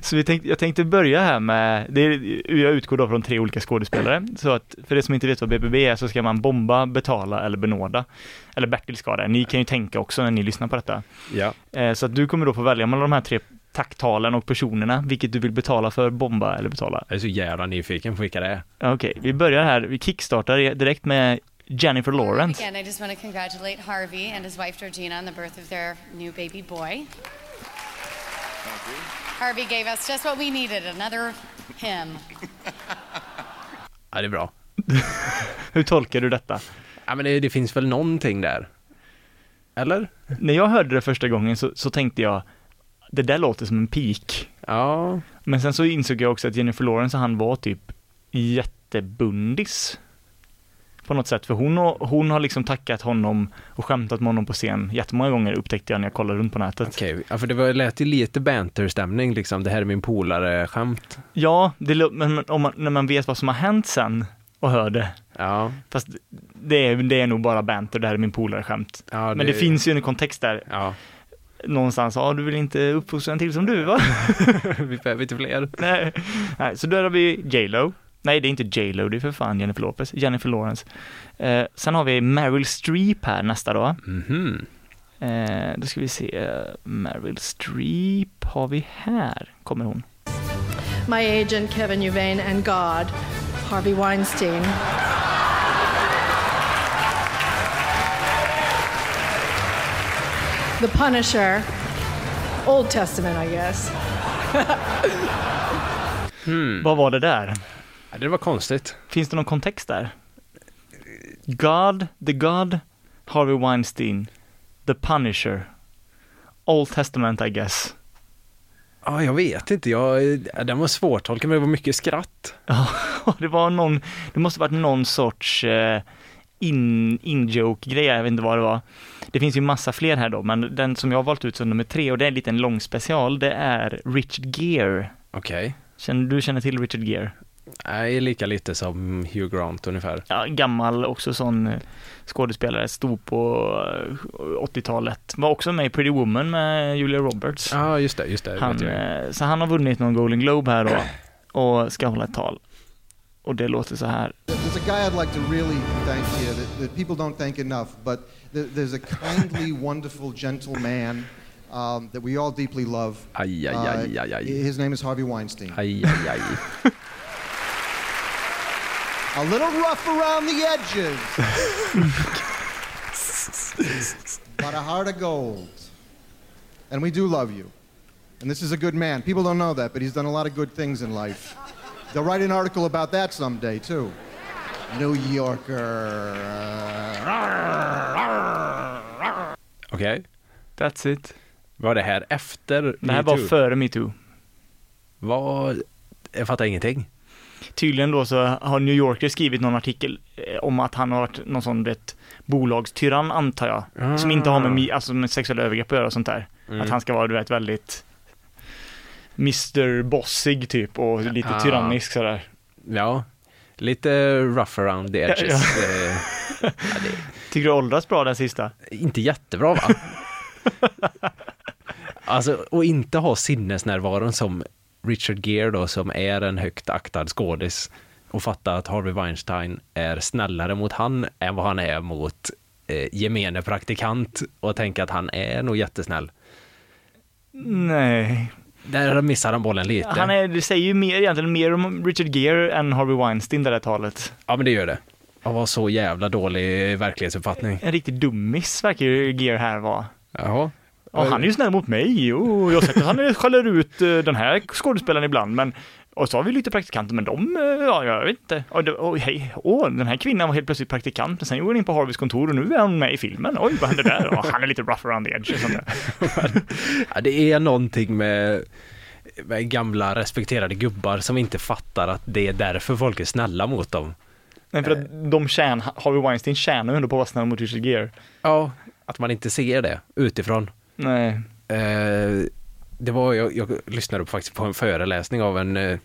Så vi tänkte, jag tänkte börja här med, det är, jag utgår då från tre olika skådespelare, så att för det som inte vet vad BBB är så ska man bomba, betala eller benåda. Eller Bertil ska det, ni kan ju tänka också när ni lyssnar på detta. <laughs> Ja. Eh, Så att du kommer då få välja mellan de här tre tacktalen och personerna, vilket du vill betala för, bomba eller betala. Jag är så jävla nyfiken på vilka det är. Okej, vi börjar här, vi kickstartar direkt med Jennifer Lawrence. Again, I just want to congratulate Harvey and his wife Georgina on the birth of their new baby boy. Harvey gave us just what we needed another him. Ja, det är bra. Hur tolkar du detta? Ja, men det, det finns väl någonting där? Eller? När jag hörde det första gången så, så tänkte jag, det där låter som en pik. Ja, Men sen så insåg jag också att Jennifer Lawrence, han var typ jättebundis. På något sätt, för hon, har- hon har liksom tackat honom och skämtat med honom på scen jättemånga gånger upptäckte jag när jag kollade runt på nätet. okej. Ja, för det var, lät ju lite banterstämning liksom. Det här är min polare-skämt. Ja, det, lå- men men om man, när man vet vad som har hänt sen och hör det. Ja, Fast det är, det är nog bara banter, det här är min polare-skämt. Ja, det- Men det finns ju en kontext där, ja. <laughs> någonstans, ja du vill inte uppfostra en till som du va? Vi behöver inte fler. Nej. Nej, så där har vi J Lo. Nej, det är inte J Lo, det är för fan Jennifer Lopez, Jennifer Lawrence. Eh, sen har vi Meryl Streep här nästa då. Mhm. Eh, då ska vi se, eh, Meryl Streep har vi här, kommer hon. my agent Kevin Uvain and God, Harvey Weinstein. The Punisher, Old Testament, I guess. Vad var det där? Ja, det var konstigt. Finns det någon kontext där? God, The God, Harvey Weinstein, The Punisher, Old Testament I guess. Ja, jag vet inte. Jag, ja, den var svårtolkad, men det var mycket skratt. <laughs> Ja, det var någon, det måste varit någon sorts eh, in- in-joke-grej, jag vet inte vad det var. Det finns ju massa fler här då, men den som jag har valt ut som nummer tre, och det är en liten lång special, det är Richard Gere. Okej. Känner, du känner till Richard Gere? Nej, lika lite som Hugh Grant ungefär. Ja, gammal, också sån eh, skådespelare, stod på eh, 80-talet. Var också med i Pretty Woman med Julia Roberts. Ja, just det, just det. vet Han, jag. eh, så han har vunnit någon Golden Globe här då, och ska hålla ett tal. Och det låter så här. There's a guy I'd like to really thank here that, that people don't thank enough, but th- there's a kindly, <laughs> wonderful, gentle man um, that we all deeply love. Ay, ay, ay, ay, ay. Uh, His name is Harvey Weinstein. Aj, aj, aj. A little rough around the edges, <laughs> but a heart of gold. And we do love you. And this is a good man. People don't know that, but he's done a lot of good things in life. They'll write an article about that someday, too. New Yorker. Okej. That's it. Var det här efter Det här var före metoo. Vad? Jag fattar ingenting. Tydligen då så har New Yorker skrivit någon artikel eh, om att han har varit någon sån, du vet, bolagstyrann antar jag. Som inte har med, mi- alltså med sexuella övergrepp att göra och sånt där. Att han ska vara, du vet, väldigt Mr Bossig typ och lite Ah. tyrannisk sådär. Ja, lite rough around the edges. Eh, Tycker du åldras bra den sista? inte jättebra <laughs> va? alltså, och inte ha sinnesnärvaron som Richard Gere då, som är en högt aktad skådis. Och fatta att Harvey Weinstein är snällare mot han än vad han är mot eh, gemene praktikant. Och tänka att han är nog jättesnäll. Nej. Där missar han bollen lite. Han är, det säger ju mer egentligen mer om Richard Gere än Harvey Weinstein det där talet. Ja, men det gör det. Han var så jävla dålig verklighetsuppfattning. En riktig dummis verkar ju Gere här vara. Jaha. Ja, han är ju snäll mot mig och jag har sett att han skäller ut eh, den här skådespelaren ibland, men och så har vi lite praktikanter, men de, eh, ja, jag vet inte. Och det, oj, hej, åh, den här kvinnan var helt plötsligt praktikant, men sen går hon in på Harveys kontor och nu är hon med i filmen. Oj, vad hände där? Och han är lite rough around the edge och sånt där. <laughs> Ja, det är någonting med, med gamla respekterade gubbar som inte fattar att det är därför folk är snälla mot dem. Nej, för att de tjänar, Harvey Weinstein tjänar ju ändå på att vara snäll mot Richard Gere. Ja. Att man inte ser det utifrån. Nej. Eh, det var, jag, jag lyssnade på, faktiskt på en föreläsning av en, eh,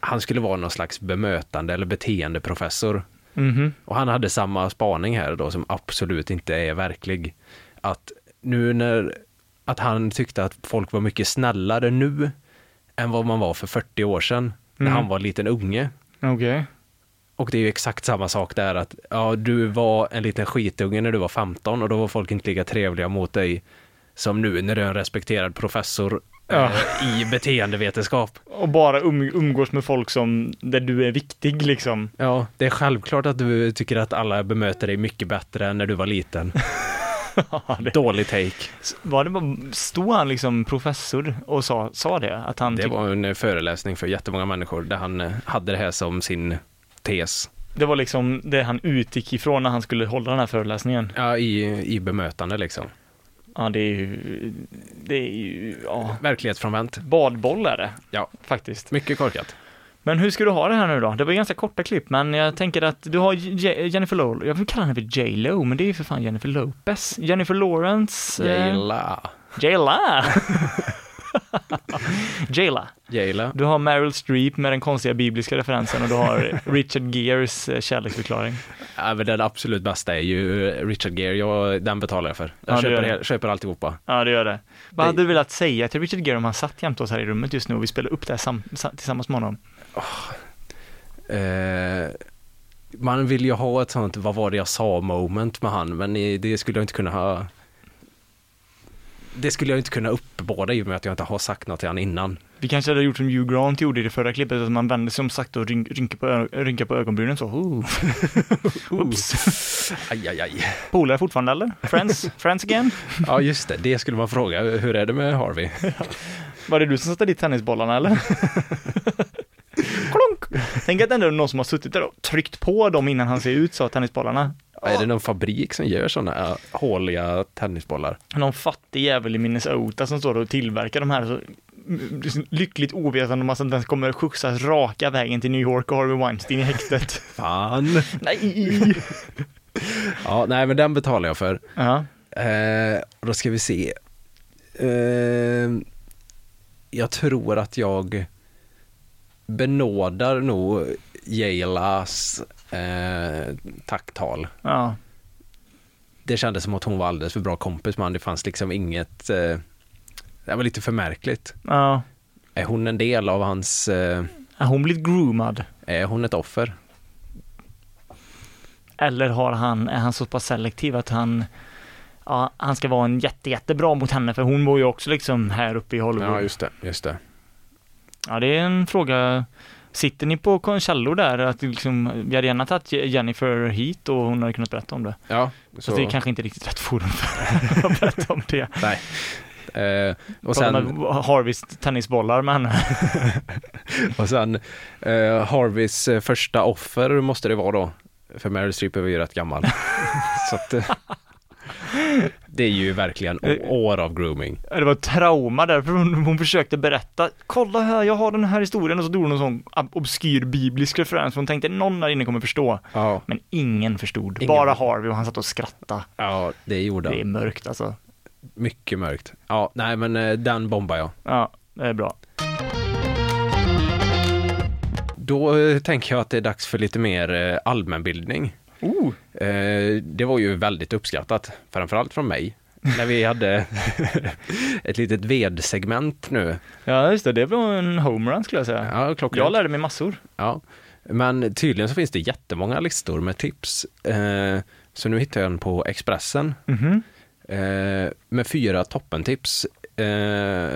han skulle vara någon slags bemötande eller beteendeprofessor. Mhm. Och han hade samma spaning här då som absolut inte är verklig. Att nu när, att han tyckte att folk var mycket snällare nu än vad man var för 40 år sedan när han var en liten unge. Okej. Och det är ju exakt samma sak där att ja, du var en liten skitunge när du var 15 och då var folk inte lika trevliga mot dig som nu när du är en respekterad professor Ja. eh, i beteendevetenskap. Och bara um, umgås med folk som, där du är viktig liksom. Ja, det är självklart att du tycker att alla bemöter dig mycket bättre än när du var liten. Dålig take. Var det bara, stod han liksom professor och sa, sa det? Att han Det tyck- var en eh, föreläsning för jättemånga människor där han eh, hade det här som sin tes. det var liksom det han utgick ifrån när han skulle hålla den här föreläsningen. Ja, i, i bemötande liksom. Ja, det är ju, det är ju, ja, Verklighetsfrånvänt. badboll är det Ja, faktiskt. mycket korkat. Men hur ska du ha det här nu då? Det var ganska korta klipp, men jag tänker att du har Je- Jennifer Lowell, jag vill kalla henne för J. Lo, men det är ju för fan Jennifer Lopez. Jennifer Lawrence. eh, Jayla. <laughs> Jayla! Jayla. Jayla. Du har Meryl Streep med den konstiga bibliska referensen och du har Richard Gears eh, kärleksförklaring. Ja, men den absolut bästa är ju Richard Gere, jag, den betalar jag för. Jag Ja, det gör det. köper, hel- köper alltihopa. Ja, det gör det. Vad hade du velat säga till Richard Gere om han satt jämte oss här i rummet just nu och vi spelade upp det här sam- sa- tillsammans med honom? Eh, man vill ju ha ett sånt, vad var det jag sa moment med han, men i- det skulle jag inte kunna ha. Det skulle jag inte kunna uppbåda i och med att jag inte har sagt något till han innan. Vi kanske hade gjort som Hugh Grant gjorde i det förra klippet, att man vände sig om sakta och ryn- rynkar på, ö- rynkar på ögonbrynen så. <laughs> Ooh. Oops. Aj, aj, aj. Polare fortfarande eller? Friends? Friends again? Ja, just det, det skulle man fråga. Hur är det med Harvey? Var det du som satte dit tennisbollarna <laughs> eller? Klonk! Tänk att det ändå är någon som har suttit där och tryckt på dem innan han ser ut så, tennisbollarna. Är det någon fabrik som gör sådana håliga tennisbollar? Någon fattig jävel i Minnesota som står och tillverkar de här så mm, lyckligt ovetande om att den kommer skjutsas raka vägen till New York och Harvey Weinstein i häktet. Fan! Nej! Ja, nej, men den betalar jag för. Ja. Eh, och då ska vi se. Eh, jag tror att jag benådar nog Jailas eh, tacktal. ja. Det kändes som att hon var alldeles för bra kompis med honom. Det fanns liksom inget... Eh, det var lite för märkligt. Ja. Är hon en del av hans... Eh, Har hon blivit groomad? är hon ett offer? Eller har han, är han så pass selektiv att han Ja, han ska vara en jätte, jättebra mot henne för hon bor ju också liksom här uppe i Hollywood. Ja, det. Just det. det är en fråga. Sitter ni på kon- källor där? Att liksom, vi hade gärna tagit Je- Jennifer hit och hon hade kunnat berätta om det. Ja, Så det är kanske inte riktigt rätt forum för <laughs> att berätta om det. Nej. Eh, och Prata sen... med Harveys tennisbollar med henne. Och sen eh, Harveys eh, första offer måste det vara då. För Meryl Streep är ju <laughs> rätt gammal. Så att, eh, det är ju verkligen å- Eh, år av grooming. <laughs> Det var ett trauma där, för hon, hon försökte berätta, kolla här, jag har den här historien och så gjorde hon en sån ab- obskyr biblisk referens, för hon tänkte någon där inne kommer förstå. Ja, Men ingen förstod, Ingen. bara Harvey och han satt och skrattade. ja det gjorde Det är han. mörkt alltså. Mycket mörkt. Ja, nej men eh, den bombar jag. Ja, det är bra. Då eh, tänker jag att det är dags för lite mer eh, allmänbildning. Oh, Eh, det var ju väldigt uppskattat, framförallt från mig. När vi hade <laughs> ett litet vedsegment nu. ja just det, det var en homerun skulle jag säga. Ja, klockrent. jag lärde mig massor. Ja, men tydligen så finns det jättemånga listor med tips. Eh, så nu hittade jag en på Expressen Mhm. eh, med fyra toppentips eh,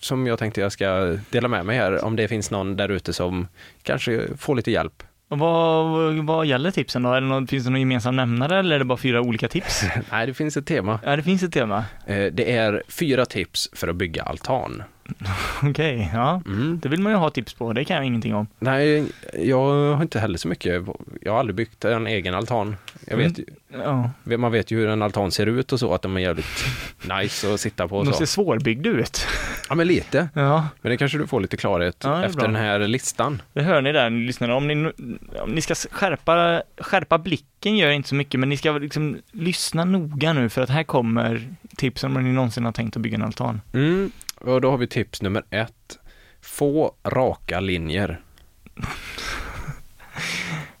som jag tänkte jag ska dela med mig här om det finns någon där ute som kanske får lite hjälp. Och vad, vad gäller tipsen då? Är det någon, finns det någon gemensam nämnare eller är det bara fyra olika <laughs> tips? Nej, det finns ett tema. ja, det finns ett tema. Eh, det är fyra tips för att bygga altan. <laughs> Okej, ja. Mm. Det vill man ju ha tips på, det kan jag ingenting om. Nej, jag har inte heller så mycket. Jag har aldrig byggt en egen altan. Jag vet, Mm. ju- Ja. man vet ju hur en altan ser ut och så, att de är jävligt <laughs> nice att sitta på och De så. ser svårbyggda ut. <laughs> Ja, men lite. Ja, Men det kanske du får lite klarhet Ja, det är efter bra. den här listan. det hör ni där, ni lyssnare. Om ni, om ni ska skärpa, skärpa blicken gör inte så mycket, men ni ska liksom lyssna noga nu för att här kommer tips om ni någonsin har tänkt att bygga en altan. <laughs> Mm. Och då har vi tips nummer ett. Få raka linjer.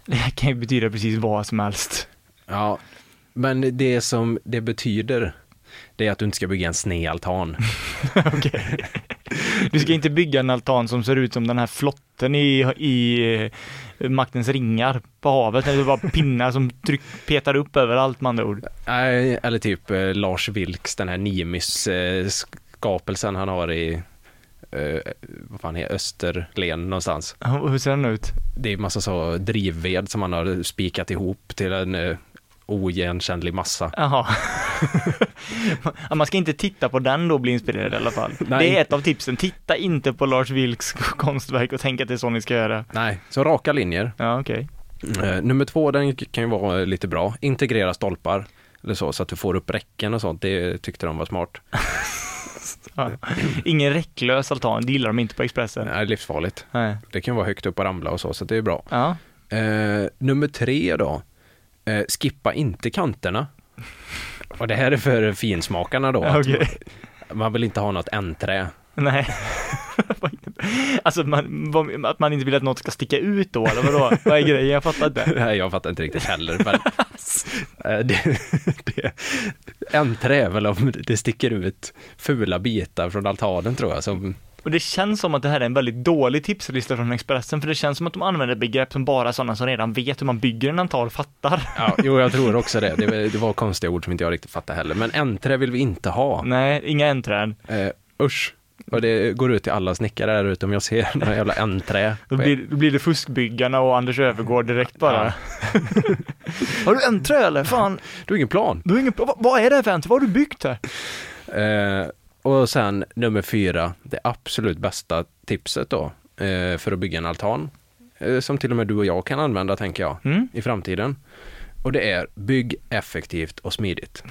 Det här kan ju betyda precis vad som helst. Ja, men det som det betyder, det är att du inte ska bygga en sned <laughs> altan. Du ska inte bygga en altan som ser ut som den här flotten i, i eh, Maktens ringar på havet, när det bara pinnar som tryck, petar upp överallt med andra ord. Nej, Eller typ eh, Lars Vilks, den här Nimis eh, skapelsen han har i eh, vad fan heter Österlen någonstans. Och Hur ser den ut? Det är massa så drivved som man har spikat ihop till en eh, oigenkännlig massa. Jaha. Ja, man ska inte titta på den då och bli inspirerad i alla fall. Nej. Det är ett av tipsen. Titta inte på Lars Vilks konstverk och tänk att det är så ni ska göra. Nej, så raka linjer. Ja, okej. Mm. Eh, nummer två, den kan ju vara lite bra. Integrera stolpar eller så, så att du får upp räcken och sånt. Det tyckte de var smart. Ja. Ingen räcklös altan, det gillar de inte på Expressen. Det är livsfarligt. Nej. Det kan vara högt upp och ramla och så, så det är bra. Ja. Eh, nummer tre då. Eh, skippa inte kanterna. Och det här är för finsmakarna <laughs> då. Ja, att okej. Man vill inte ha något ändträ. Nej. <laughs> alltså att man, vad- att man inte vill att något ska sticka ut då, eller vadå? Vad är grejen? Jag fattar inte. Nej, jag fattar inte riktigt heller. <laughs> Men, eh, det, det, ändträ är väl om det sticker ut fula bitar från altanen tror jag. Som, Och det känns som att det här är en väldigt dålig tipslista från Expressen, för det känns som att de använder begrepp som bara sådana som redan vet hur man bygger en altan fattar. ja, jo, jag tror också det. det. var- Det var konstiga ord som inte jag riktigt fattar heller. Men ändträ vill vi inte ha. Nej, inga ändträd. Eh, usch. Och det går ut till alla snickare där ute om jag ser några jävla ändträ. Då blir, då blir det fuskbyggarna och Anders Övergård direkt bara. Ja. <laughs> Har du ändträ eller? Fan, Du har ingen plan. du har ingen, vad, vad är det här för ändträ? Vad har du byggt här? Eh, och sen nummer fyra, det absolut bästa tipset då eh, för att bygga en altan, eh, som till och med du och jag kan använda tänker jag Mm. i framtiden. Och det är bygg effektivt och smidigt.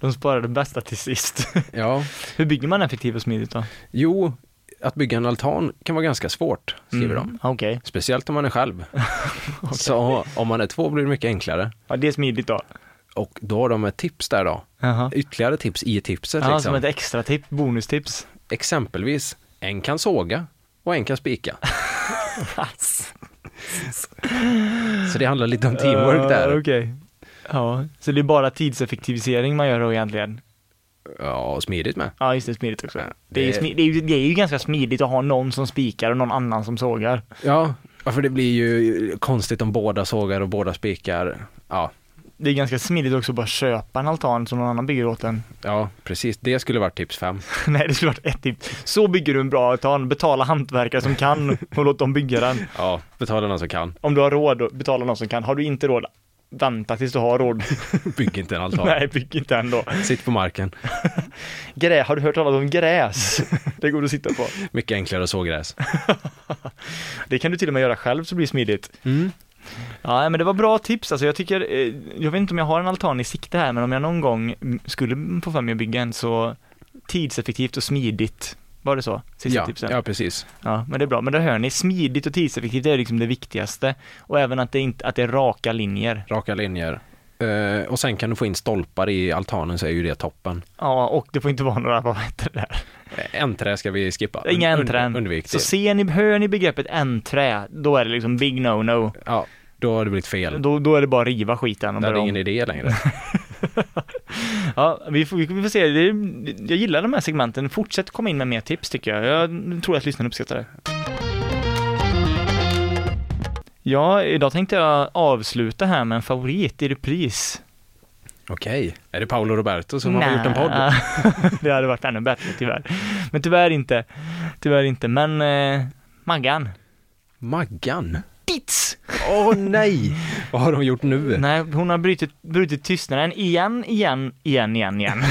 De sparar det bästa till sist. <laughs> Ja, Hur bygger man effektivt och smidigt då? jo, att bygga en altan kan vara ganska svårt, skriver de. Ja, Ah, Okej. Speciellt om man är själv. <laughs> Så om man är två blir det mycket enklare. Ja, det är smidigt då. Och då har de ett tips där då. Jaha. Ytterligare tips i tipset. Ja, liksom. som ett extra tips, bonustips. Exempelvis, en kan såga och en <laughs> kan spika. Så det handlar lite om teamwork där. Ja, Okej. Ja, så det är bara tidseffektivisering man gör då egentligen. Ja, och smidigt med. Ja, just det, smidigt också. Ja, det, är ju det- smi- det, är ju, det är ju ganska smidigt att ha någon som spikar och någon annan som sågar. Ja, ja, för det blir ju konstigt om båda sågar och båda spikar. Ja, Det är ganska smidigt också att bara köpa en altan som någon annan bygger åt en. ja, precis. Det skulle varit tips fem. <laughs> Nej, det skulle varit ett tips. Så bygger du en bra altan. Betala hantverkare som kan och låt dem bygga den. Ja, betala någon som kan. Om du har råd, då betala någon som kan. Har du inte råd, vänta tills du har råd. Bygg inte en <laughs> altan. Nej, bygg inte ändå. Sitt på marken. Grä, har du hört talas om gräs? Det går att sitta på. Mycket enklare att så gräs. Det kan du till och med göra själv så blir det smidigt. Mm. Ja, men det var bra tips alltså. Jag tycker, eh, jag vet inte om jag har en altan i sikte här, men om jag någon gång mm, skulle få för mig att bygga en så tidseffektivt och smidigt. Var det så? Sista Ja, tipsen? ja, precis. Ja, men det är bra. Men det hör ni, smidigt och tidseffektivt det är liksom det viktigaste. Och även att det, inte, att det är raka linjer. Raka linjer. Eh, och sen kan du få in stolpar i altanen så är ju det toppen. Ja, och det får inte vara några, <laughs> vad heter det där? Eh, Ändträ ska vi skippa. Inga Und- ändträn. Undvik Så det. ser ni, hör ni begreppet ändträ, då är det liksom big no-no. Ja, då har det blivit fel. Då, då är det bara att riva skiten och Det är börja om. ingen idé <laughs> längre. Ja, vi får, vi får se. Det, jag gillar de här segmenten. Fortsätt komma in med mer tips tycker jag. Jag tror att lyssnarna uppskattar det. Ja, idag tänkte jag avsluta här med en favorit i repris. Okej, är det Paolo Roberto som har gjort en podd? podd? <laughs> det hade varit ännu bättre tyvärr. Men tyvärr inte. Tyvärr inte. Men eh, Maggan. Maggan? Bits! Åh nej! Vad har de gjort nu? Nej, hon har brutit, brutit tystnaden igen, igen, igen, igen, igen.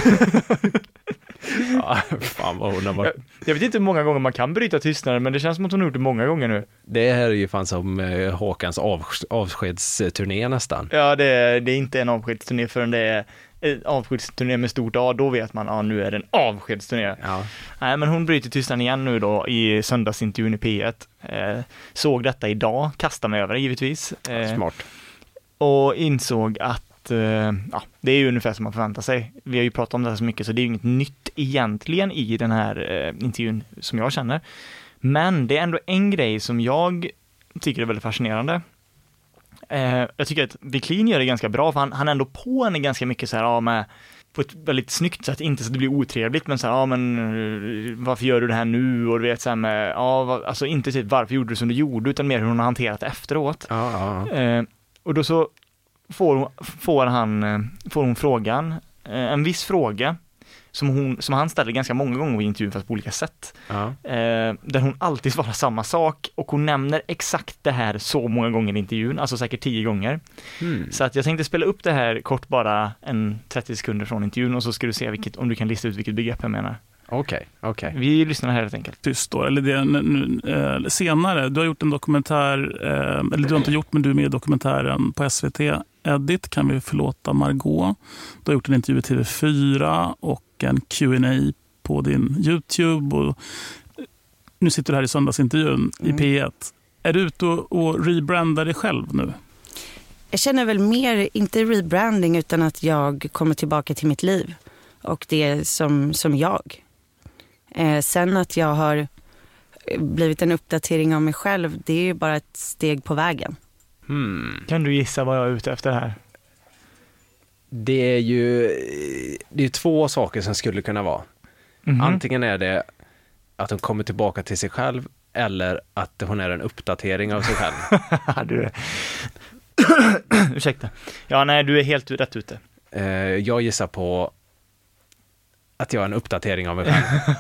Ja, fan vad hon har varit. <laughs> jag vet inte hur många gånger man kan bryta tystnaden, men det känns som att hon har gjort det många gånger nu. Det här är ju fan som eh, Håkans av, avskedsturné nästan. Ja, det är, det är inte en avskedsturné förrän det är en avskedsturné med stort A, då vet man, ja nu är det en avskedsturné. Ja. Nej, men hon bryter tystnaden igen nu då i söndagsintervjun i P1. Eh, såg detta idag, kastade mig över det givetvis. Eh, Smart. och insåg att eh, ja, det är ju ungefär som man förväntar sig. Vi har ju pratat om det här så mycket så det är ju inget nytt egentligen i den här eh, intervjun som jag känner. Men det är ändå en grej som jag tycker är väldigt fascinerande. Eh, jag tycker att Wiklin gör det ganska bra för han, han är ändå på henne ganska mycket så här, ja, med på ett väldigt snyggt sätt, inte så att det blir otrevligt, men så här, ja men eh, varför gör du det här nu? Och du vet så här med, ja, vad- alltså inte typ varför gjorde du som du gjorde, utan mer hur hon har hanterat det efteråt. Ja, ja, ja. Eh, och då så får, hon, får, han, eh, får hon frågan, eh, en viss fråga, som, hon, som han ställer ganska många gånger i intervjun fast på olika sätt. Eh, där hon alltid svarar samma sak och hon nämner exakt det här så många gånger i intervjun, alltså säkert tio gånger. Hmm. Så att jag tänkte spela upp det här kort bara en 30 sekunder från intervjun och så ska du se vilket, om du kan lista ut vilket begrepp jag menar. Okej, okej. Vi lyssnar här helt enkelt. tyst då, eller det, är nu- nu, eh, senare. Du har gjort en dokumentär, eh, eller du har inte gjort, men du är med i dokumentären på SVT. Edit kan vi förlåta Margot. Du har gjort en intervju i TV4 och en Q&A på din YouTube. Och eh, nu sitter du här i söndagsintervjun i P1. Är du ute och, och rebrandar dig själv nu? Jag känner väl mer, inte rebranding, utan att jag kommer tillbaka till mitt liv och det som, som jag. Eh, sen att jag har eh, blivit en uppdatering av mig själv, det är ju bara ett steg på vägen. Kan du gissa vad jag är ute efter här? Det är ju eh, det är två saker som skulle kunna vara. Mhm. Antingen är det att hon kommer tillbaka till sig själv eller att hon är en uppdatering av <laughs> sig själv. du. <coughs> Ursäkta. Ja, nej, du är helt rätt ute. Eh, jag gissar på att jag är en uppdatering av <laughs> mig själv.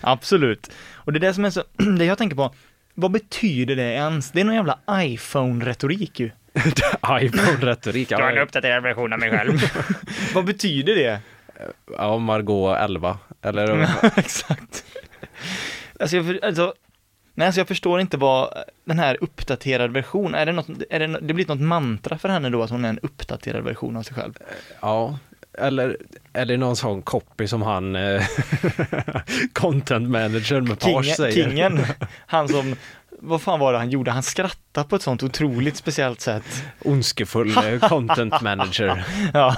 Absolut. Och det är det som är så, <clears throat> det jag tänker på, vad betyder det ens? Det är någon jävla iPhone-retorik ju. iPhone-retorik. Jag är en uppdaterad version av mig själv. vad betyder <laughs> det? <laughs> Ja, Margot 11. Mm. Eller? Exakt. Alltså, jag, för- alltså, nej, alltså jag förstår inte vad den här uppdaterad version, är det något, är det, no- det blir något mantra för henne då att hon är en uppdaterad version av sig själv? Ja, eller är det någon sån copy som han eh, <laughs> content manager med page Kingen, säger? <laughs> kingen, han som, vad fan var det han gjorde? Han skrattade på ett sånt otroligt speciellt sätt. Ondskefull eh, <laughs> content manager. ja.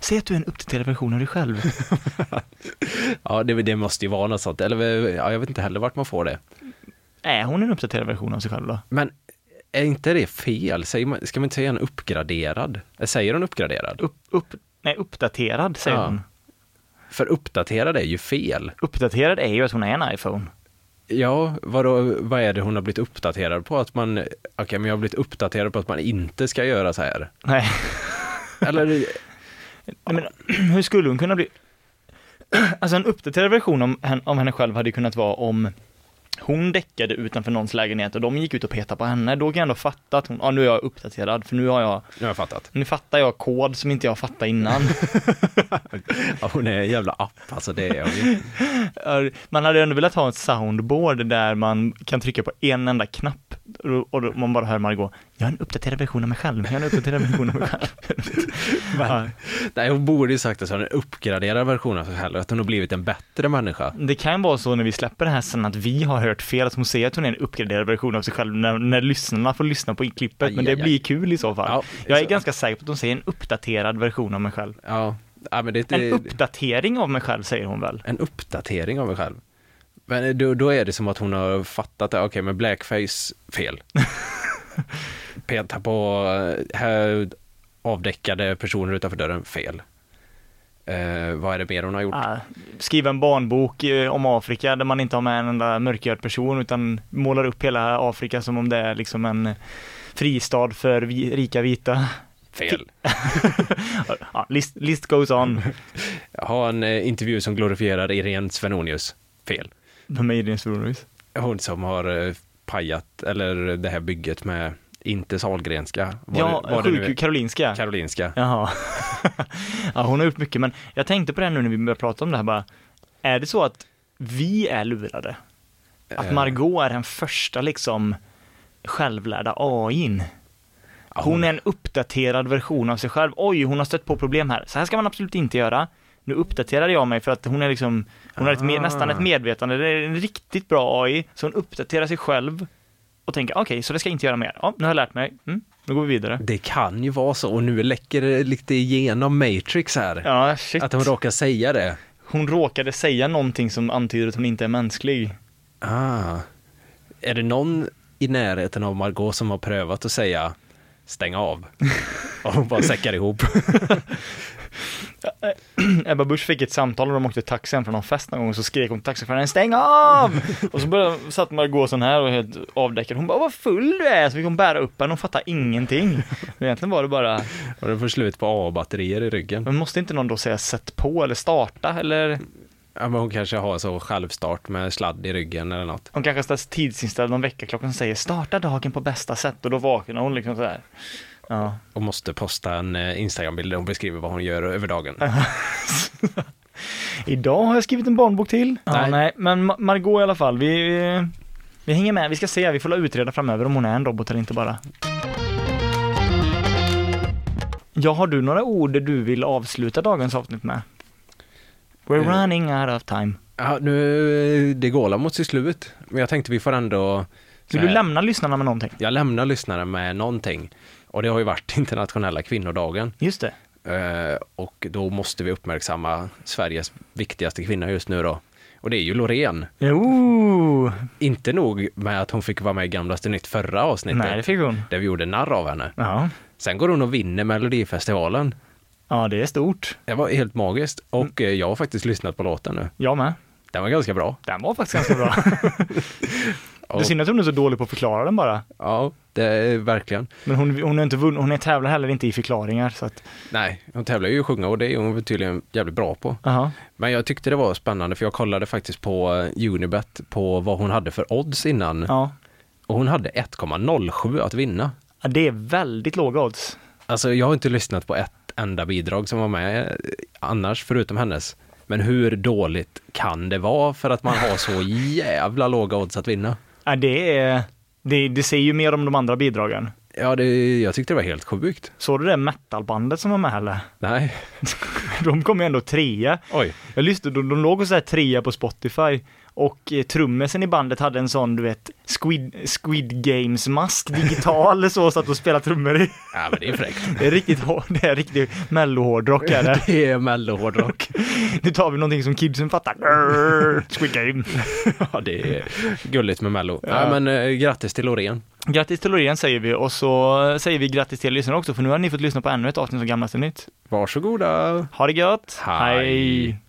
Säg att du är en uppdaterad version av dig <laughs> själv. Ja, det, det måste ju vara något sånt. Eller ja, jag vet inte heller vart man får det. Är hon en uppdaterad version av sig själv då? Men är inte det fel? Säger man, ska man inte säga en uppgraderad? Eh, Säger hon uppgraderad? Upp, upp, nej, uppdaterad säger hon. För uppdaterad är ju fel. Uppdaterad är ju att hon är en iPhone. Ja, vadå, vad är det hon har blivit uppdaterad på? Att man, okej, men jag har blivit uppdaterad på att man inte ska göra så här. Nej. Eller... Nej, men, <clears throat> hur skulle hon kunna bli... <clears throat> Alltså en uppdaterad version om, hen- om henne själv hade ju kunnat vara om hon däckade utanför någons lägenhet och de gick ut och petade på henne. Då kan jag ändå fatta att hon, ja nu är jag uppdaterad för nu har jag... Nu har jag fattat. Nu fattar jag kod som inte jag fattade <laughs> innan. Ja, hon är en jävla app, alltså det är hon ju. Är- Man hade ju ändå velat ha ett soundboard där man kan trycka på en enda knapp och då- och då man bara hör Margot, jag är en uppdaterad version av mig själv, jag är en uppdaterad version av mig själv. <laughs> Men, <laughs> nej, hon borde ju sagt att hon är en uppgraderad version av sig själv, att hon har blivit en bättre människa. Det kan vara så när vi släpper det här sen att vi har hört fel, att hon säger att hon är en uppgraderad version av sig själv när, när lyssnarna får lyssna på klippet, men det aj, aj. blir kul i så fall. Ja, jag är så. ganska säker på att hon säger en uppdaterad version av mig själv. Ja, ja men det, En uppdatering av mig själv säger hon väl? En uppdatering av mig själv. Men då, då är det som att hon har fattat det, okej men blackface, <laughs> fel. Peta på eh, här, avdäckade personer utanför dörren, fel. Eh, vad är det mer hon har gjort? Ah, skriva en barnbok eh, om Afrika där man inte har med en enda mörkhyad person utan målar upp hela Afrika som om det är liksom en fristad för vi, rika vita. <laughs> Fel. ja, list, list goes on. Ha en eh, intervju som glorifierar Irene Svenonius, fel. Vem är Irene Svenonius? Hon som har eh, pajat, eller det här bygget med, inte Sahlgrenska. Var Ja, det- var det nu- sjuk- Karolinska. Karolinska. Jaha. <laughs> ja, hon har gjort mycket, men jag tänkte på det här nu när vi började prata om det här bara. Är det så att vi är lurade? Att Eh. Margot är den första liksom självlärda AIn? Hon är en uppdaterad version av sig själv. Oj, hon har stött på problem här. Så här ska man absolut inte göra. Nu uppdaterar jag mig för att hon är liksom, hon har ett, me- Ah. nästan ett medvetande. Det är en riktigt bra AI, så hon uppdaterar sig själv och tänker okej, så det ska jag inte göra mer. Ja, nu har jag lärt mig. Mm, nu går vi vidare. Det kan ju vara så, och nu läcker det lite igenom Matrix här. Ja, shit. Att hon råkar säga det. Hon råkade säga någonting som antyder att hon inte är mänsklig. <clears throat> Ah. Är det någon i närheten av Margot som har prövat <laughs> att säga stäng av? Och hon bara säckar ihop. Ebba Busch fick ett samtal när de åkte taxi hem från någon fest någon gång och så skrek hon till taxichauffören ”Stäng av!” och så började, satt man gå sån här och helt avdäckad. Hon bara ”Vad full du är!” så fick hon bära upp henne, hon fattade ingenting. Men egentligen var det bara... Och den får slut på AA-batterier i ryggen. Men måste inte någon då säga ”sätt på” eller ”starta” eller? Ja, men hon kanske har så självstart med sladd i ryggen eller något. Hon kanske ställs tidsinställd någon väckarklocka som säger ”starta dagen på bästa sätt” och då vaknar hon liksom sådär. Ja. Och måste posta en eh, Instagram-bild där hon beskriver vad hon gör över dagen. Idag har jag skrivit en barnbok till. Ja, Nej. nej. men Ma- Margot i alla fall. Vi, vi, vi hänger med. Vi ska se. Vi får la utreda framöver om hon är en robot eller inte bara. Ja, har du några ord du vill avsluta dagens avsnitt med? We're Eh. running out of time. <laughs> Ja, nu, eh, det går mot sitt slut. Men jag tänkte vi får ändå... Vill du lämna lyssnarna med någonting? Jag lämnar lyssnarna med någonting. Och det har ju varit <laughs> internationella kvinnodagen. Just det. Eh, och då måste vi uppmärksamma Sveriges viktigaste kvinna just nu då. Och det är ju Loreen. Jo! Inte nog med att hon fick vara med i Gamlaste Nytt förra avsnittet. Nej, det fick hon. Där vi gjorde narr av henne. Ja. Sen går hon och vinner Melodifestivalen. Ja, det är stort. Det var helt magiskt. Och eh, jag har faktiskt lyssnat på låten nu. Jag med. Den var ganska bra. Den var faktiskt ganska <laughs> bra. Det är Och- synd att hon är så dålig på att förklara den bara. Ja, det är verkligen. Men hon, hon, är inte vunn, hon är tävlar heller inte i förklaringar så att, Nej, hon tävlar ju i att sjunga och det är hon tydligen jävligt bra på. jaha. Men jag tyckte det var spännande för jag kollade faktiskt på eh, Unibet på vad hon hade för odds innan. Ja. Och hon hade 1,07 att vinna. Ja, det är väldigt låga odds. Alltså jag har inte lyssnat på ett enda bidrag som var med eh, annars förutom hennes. Men hur dåligt kan det vara för att man har <laughs> så jävla låga odds att vinna? Ja, det, är, det, det säger ju mer om de andra bidragen. Ja, det, jag tyckte det var helt sjukt. Såg du det metalbandet som var med eller? Nej. <laughs> De kom ju ändå trea. Oj. Jag lyssnade, de, de låg och så här trea på Spotify och eh, trummisen i bandet hade en sån, du vet, Squid, Squid Games-mask digital <laughs> så, satt och spelade trummor i. Ja, men det är <laughs> fräckt. Det är riktigt hård, det är riktigt mellohårdrock är det. Det är mellohårdrock. Nu tar vi någonting som kidsen fattar. Squid Game. Ja, det är gulligt med Mello. Nej, men eh, grattis till Loreen. Grattis till Loreen säger vi och så säger vi grattis till er lyssnare också för nu har ni fått lyssna på ännu ett avsnitt av Gamlaste Nytt. Varsågoda. Ha det gött! Hej. <laughs>